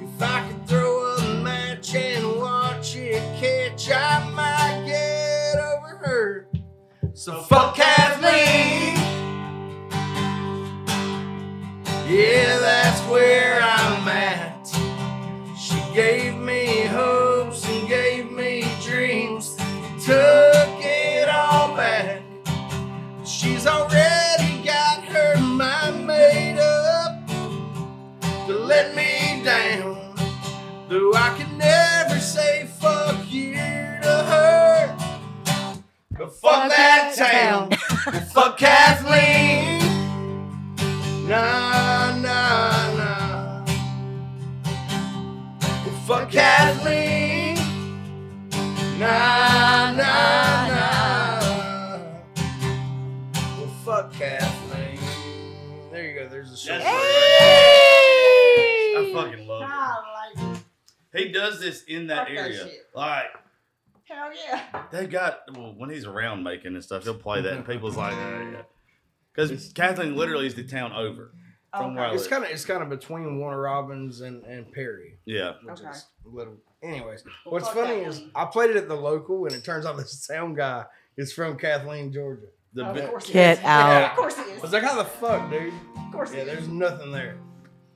[SPEAKER 2] If I could throw a match and watch it catch, I might get over her. So fuck Kathleen. Yeah, that's where I'm at. She gave me hopes and gave me dreams. Took it all back. She's already got her mind made up to let me down. Though I can never say fuck you to her. But fuck that town. Well, fuck Kathleen. Nah, nah, nah. Well, fuck Kathleen. Nah, nah, nah. Well, fuck Kathleen. There you go. There's the show.
[SPEAKER 1] That's I fucking love
[SPEAKER 3] I like it.
[SPEAKER 1] it. He does this in that
[SPEAKER 3] Fuck that
[SPEAKER 1] area.
[SPEAKER 3] shit.
[SPEAKER 1] like
[SPEAKER 3] Hell yeah.
[SPEAKER 1] they got well when he's around making and stuff, he'll play that and people's like, yeah, yeah. Because Kathleen literally is the town over from where I
[SPEAKER 2] It's
[SPEAKER 1] live.
[SPEAKER 2] kind of it's kind of between Warner Robins and, and Perry,
[SPEAKER 1] yeah.
[SPEAKER 2] which
[SPEAKER 3] Okay.
[SPEAKER 2] is a little. Anyways, what's
[SPEAKER 3] fuck
[SPEAKER 2] funny
[SPEAKER 3] that
[SPEAKER 2] is
[SPEAKER 3] one.
[SPEAKER 2] I played it at the local, and it turns out the sound guy is from Kathleen, Georgia.
[SPEAKER 1] The
[SPEAKER 3] Of
[SPEAKER 1] bi-
[SPEAKER 3] course he
[SPEAKER 9] Get
[SPEAKER 3] is.
[SPEAKER 9] out.
[SPEAKER 3] Of course he
[SPEAKER 2] I
[SPEAKER 3] is.
[SPEAKER 2] was like, how the fuck, dude?
[SPEAKER 3] Of course he
[SPEAKER 2] Yeah,
[SPEAKER 3] is.
[SPEAKER 2] there's nothing there.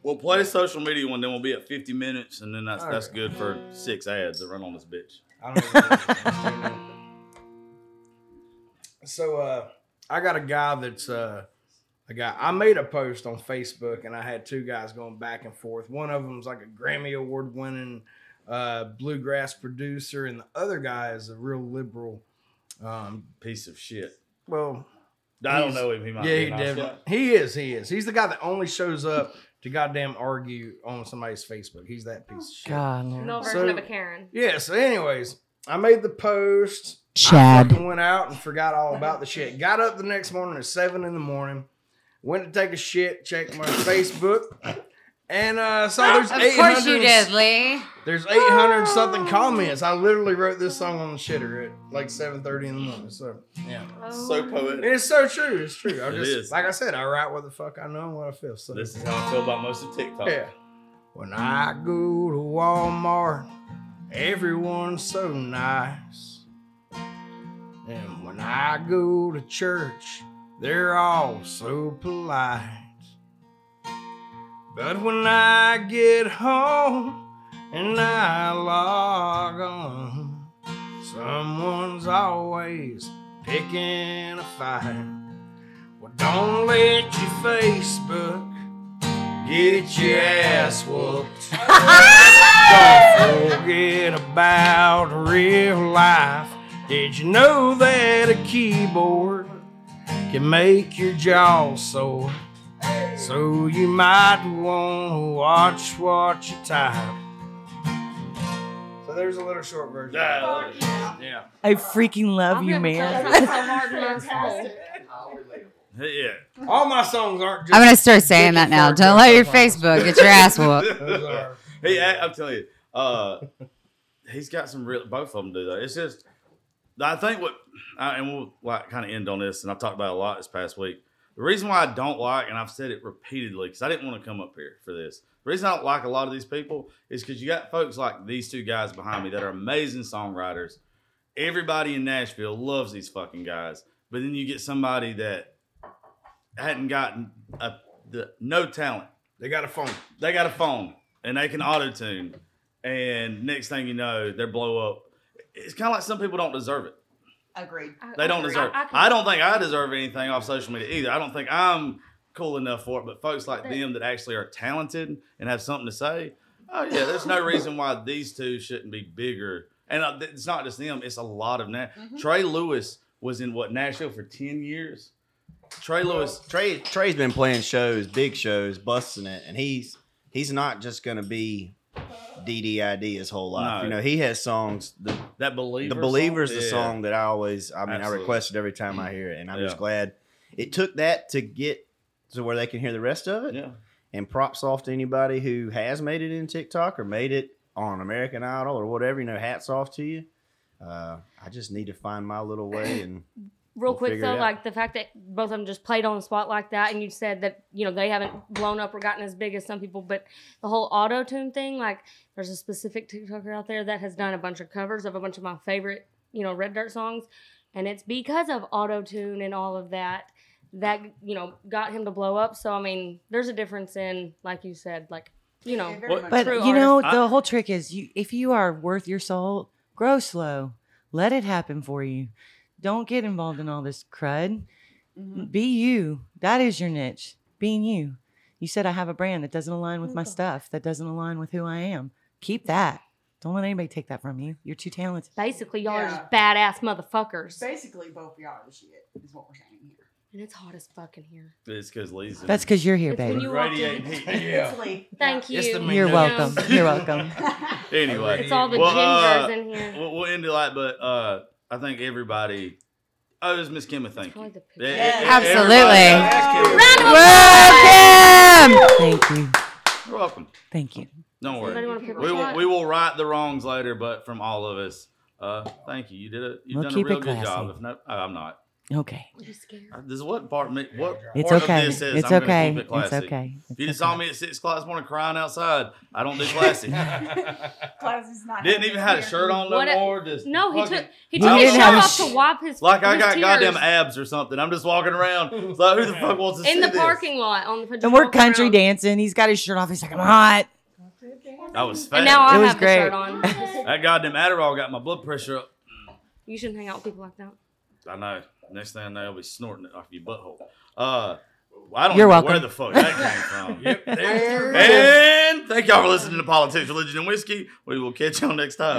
[SPEAKER 1] we'll play social media one, then we'll be at fifty minutes, and then that's
[SPEAKER 2] All
[SPEAKER 1] that's
[SPEAKER 2] right.
[SPEAKER 1] good for six ads to run on this bitch.
[SPEAKER 2] I don't even know. so uh, I got a guy that's uh, a guy. I made a post on Facebook, and I had two guys going back and forth. One of them's like a Grammy award winning uh, bluegrass producer, and the other guy is a real liberal. Um,
[SPEAKER 1] Piece of shit.
[SPEAKER 2] well,
[SPEAKER 1] I don't
[SPEAKER 2] He's-
[SPEAKER 1] know him. He might
[SPEAKER 2] yeah,
[SPEAKER 1] be
[SPEAKER 2] he
[SPEAKER 1] an Oscar.
[SPEAKER 2] definitely. He is. He is. He's the guy that only shows up to goddamn argue on somebody's Facebook. He's that piece of shit.
[SPEAKER 9] God, Lord.
[SPEAKER 4] No
[SPEAKER 2] So-
[SPEAKER 4] version of a Karen.
[SPEAKER 2] Yeah. So, anyways, I made the post. I
[SPEAKER 7] Chad.
[SPEAKER 2] fucking went out and forgot all about the shit. Got up the next morning at seven in the morning. Went to take a shit. Checked my Facebook. And uh, saw there's
[SPEAKER 7] Of
[SPEAKER 2] 800
[SPEAKER 7] course you did, Lee.
[SPEAKER 2] There's 800 something comments. I literally wrote this song on the shitter at like 7:30 in the morning. So yeah,
[SPEAKER 1] So
[SPEAKER 2] Oh.
[SPEAKER 1] poetic.
[SPEAKER 2] it's so true. It's true. I
[SPEAKER 1] It
[SPEAKER 2] just
[SPEAKER 1] is.
[SPEAKER 2] like I said, I write what the fuck I know and what I feel. So
[SPEAKER 1] This is how I feel about most of TikTok.
[SPEAKER 2] yeah. When I go to Walmart, everyone's so nice. And when I go to church, they're all so polite. But when I get home and I log on, someone's always picking a fight. Well, don't let your Facebook Get your ass whooped. Don't forget about real life. Did you know that a keyboard can make your jaw sore? So you might want to watch what you type. So there's a little short version.
[SPEAKER 1] Yeah.
[SPEAKER 2] Yeah.
[SPEAKER 9] I freaking love
[SPEAKER 4] I'm
[SPEAKER 9] you,
[SPEAKER 4] gonna tell
[SPEAKER 9] man.
[SPEAKER 4] you so hard in my soul.
[SPEAKER 6] Fantastic.
[SPEAKER 1] Yeah.
[SPEAKER 2] All my songs aren't just.
[SPEAKER 7] I'm gonna start saying that now. Don't let your Facebook get your ass whooped.
[SPEAKER 2] Those are-
[SPEAKER 1] He, I- I'm telling you, uh, he's got some real. Both of them do that. It's just, I think what, I, and we'll like kind of end on this, and I've talked about it a lot this past week. The reason why I don't like, and I've said it repeatedly, because I didn't want to come up here for this. The reason I don't like a lot of these people is because you got folks like these two guys behind me that are amazing songwriters. Everybody in Nashville loves these fucking guys, but then you get somebody that hadn't gotten a, the, no talent
[SPEAKER 2] They got a phone.
[SPEAKER 1] they got a phone and they can auto tune, and next thing you know, they blow up. It's kind of like some people don't deserve it.
[SPEAKER 3] Agreed.
[SPEAKER 4] I-
[SPEAKER 1] They don't
[SPEAKER 4] Oh. I-
[SPEAKER 1] deserve.
[SPEAKER 4] I,
[SPEAKER 1] I,
[SPEAKER 4] can-
[SPEAKER 1] don't think I deserve anything off social media either. I don't think I'm cool enough for it. But folks like them that actually are talented and have something to say, oh yeah, there's no reason why these two shouldn't be bigger. And uh, it's not just them; it's a lot of now.
[SPEAKER 4] Mm-hmm.
[SPEAKER 3] Mhm.
[SPEAKER 1] Trey Lewis was in what Nashville for ten years. Trey Lewis,
[SPEAKER 5] Trey Trey's been playing shows, big shows, busting it, and he's he's not just gonna be DDID his whole life.
[SPEAKER 1] No.
[SPEAKER 5] You know, he has songs. The,
[SPEAKER 1] that believer,
[SPEAKER 5] the believer's the
[SPEAKER 1] Yeah.
[SPEAKER 5] song that I always, I mean,
[SPEAKER 1] Absolutely.
[SPEAKER 5] I request it every time I hear it, and I'm
[SPEAKER 1] Yeah.
[SPEAKER 5] just glad it took that to get to where they can hear the rest of it.
[SPEAKER 1] Yeah,
[SPEAKER 5] And props off to anybody who has made it in TikTok or made it on American Idol or whatever. You know, hats off to you. Uh, I just need to find my little way and
[SPEAKER 4] real
[SPEAKER 5] We'll
[SPEAKER 4] quick
[SPEAKER 5] figure it
[SPEAKER 4] though,
[SPEAKER 5] out.
[SPEAKER 4] like the fact that both of them just played on the spot like that, and you said that you know they haven't blown up or gotten as big as some people, but the whole auto tune thing, like there's a specific TikToker out there that has done a bunch of covers of a bunch of my favorite you know Red Dirt songs, and it's because of auto tune and all of that that you know got him to blow up. So I mean, there's a difference in like you said, like you know.
[SPEAKER 3] Yeah, very
[SPEAKER 1] What-
[SPEAKER 3] much
[SPEAKER 9] But
[SPEAKER 3] so.
[SPEAKER 9] you know,
[SPEAKER 1] artist.
[SPEAKER 9] the whole trick is you if you are worth your salt, grow slow. Let it happen for you. Don't get involved in all this crud.
[SPEAKER 3] Mhm.
[SPEAKER 9] Mm. Be you. That is your niche. Being you. You said I have a brand that doesn't align with my stuff, that doesn't align with who I am. Keep that. Don't let anybody take that from you. You're too talented.
[SPEAKER 4] Basically, y'all are just badass motherfuckers,
[SPEAKER 3] Basically, both of y'all are shit is what we're saying here.
[SPEAKER 4] and it's hot as fucking here.
[SPEAKER 1] it's because Lee's. in
[SPEAKER 9] That's because you're here,
[SPEAKER 4] It's when
[SPEAKER 9] babe.
[SPEAKER 4] you walked in.
[SPEAKER 1] radiating heat.
[SPEAKER 2] Yeah.
[SPEAKER 3] Lee.
[SPEAKER 4] Thank you.
[SPEAKER 2] It's the
[SPEAKER 9] You're
[SPEAKER 2] Yeah.
[SPEAKER 9] welcome. You're welcome.
[SPEAKER 1] Anyway,
[SPEAKER 4] It's all the
[SPEAKER 1] Well, uh,
[SPEAKER 4] gingers in here.
[SPEAKER 1] we'll, we'll end it like, but uh, I think everybody owes Miss Kim a thank you.
[SPEAKER 4] Probably the
[SPEAKER 1] Yeah,
[SPEAKER 4] picture.
[SPEAKER 1] yeah, yeah, e-,
[SPEAKER 7] Absolutely.
[SPEAKER 1] everybody owes Miss Kim a-
[SPEAKER 7] Welcome.
[SPEAKER 9] Um, Thank you. Thank
[SPEAKER 1] You're welcome.
[SPEAKER 9] you.
[SPEAKER 1] Don't
[SPEAKER 4] Anybody
[SPEAKER 1] worry.
[SPEAKER 4] want to pick a
[SPEAKER 1] We will,
[SPEAKER 4] shot?
[SPEAKER 1] we will right the wrongs later, but from all of us, uh, thank you. You did it. You've
[SPEAKER 9] We'll
[SPEAKER 1] done
[SPEAKER 9] keep
[SPEAKER 1] a real
[SPEAKER 9] it
[SPEAKER 1] good job.
[SPEAKER 9] classy.
[SPEAKER 1] If not, uh, I'm not.
[SPEAKER 9] Okay.
[SPEAKER 4] You scared?
[SPEAKER 1] Uh, This is what part. me- What
[SPEAKER 9] It's
[SPEAKER 1] part
[SPEAKER 9] okay.
[SPEAKER 1] Of this is,
[SPEAKER 9] It's
[SPEAKER 1] I'm gonna
[SPEAKER 9] okay.
[SPEAKER 1] keep it
[SPEAKER 9] It's
[SPEAKER 1] classy.
[SPEAKER 9] okay.
[SPEAKER 1] If you just saw me at six o'clock this morning crying outside, I don't do classy.
[SPEAKER 3] Class is not
[SPEAKER 1] Didn't even have a
[SPEAKER 3] here.
[SPEAKER 1] shirt on no
[SPEAKER 4] What a-
[SPEAKER 1] more. Just
[SPEAKER 4] No, he
[SPEAKER 1] fucking-
[SPEAKER 4] took he
[SPEAKER 9] You
[SPEAKER 4] took his
[SPEAKER 9] didn't
[SPEAKER 4] shirt
[SPEAKER 9] have a
[SPEAKER 4] off
[SPEAKER 9] sh-
[SPEAKER 4] to wipe his
[SPEAKER 1] Like I
[SPEAKER 4] his
[SPEAKER 1] got
[SPEAKER 4] tears
[SPEAKER 1] goddamn abs or something. I'm just walking around. It's like who the fuck wants to see
[SPEAKER 4] in the
[SPEAKER 1] this?
[SPEAKER 4] parking lot on the pajama
[SPEAKER 9] And we're country
[SPEAKER 4] ground.
[SPEAKER 9] dancing. He's got his shirt off. He's like, I'm hot.
[SPEAKER 1] I was fat.
[SPEAKER 4] And now
[SPEAKER 9] It
[SPEAKER 4] I
[SPEAKER 9] was
[SPEAKER 4] have
[SPEAKER 9] great.
[SPEAKER 4] the shirt on.
[SPEAKER 1] that goddamn Adderall got my blood pressure up.
[SPEAKER 4] you shouldn't hang out with people like that.
[SPEAKER 1] I know. Next thing I know, I'll be snorting it off your butthole. Uh, I don't
[SPEAKER 9] You're
[SPEAKER 1] know
[SPEAKER 9] welcome.
[SPEAKER 1] where the fuck that came from.
[SPEAKER 2] Yep. There.
[SPEAKER 1] And thank y'all for listening to Politics, Religion, and Whiskey. We will catch y'all next time.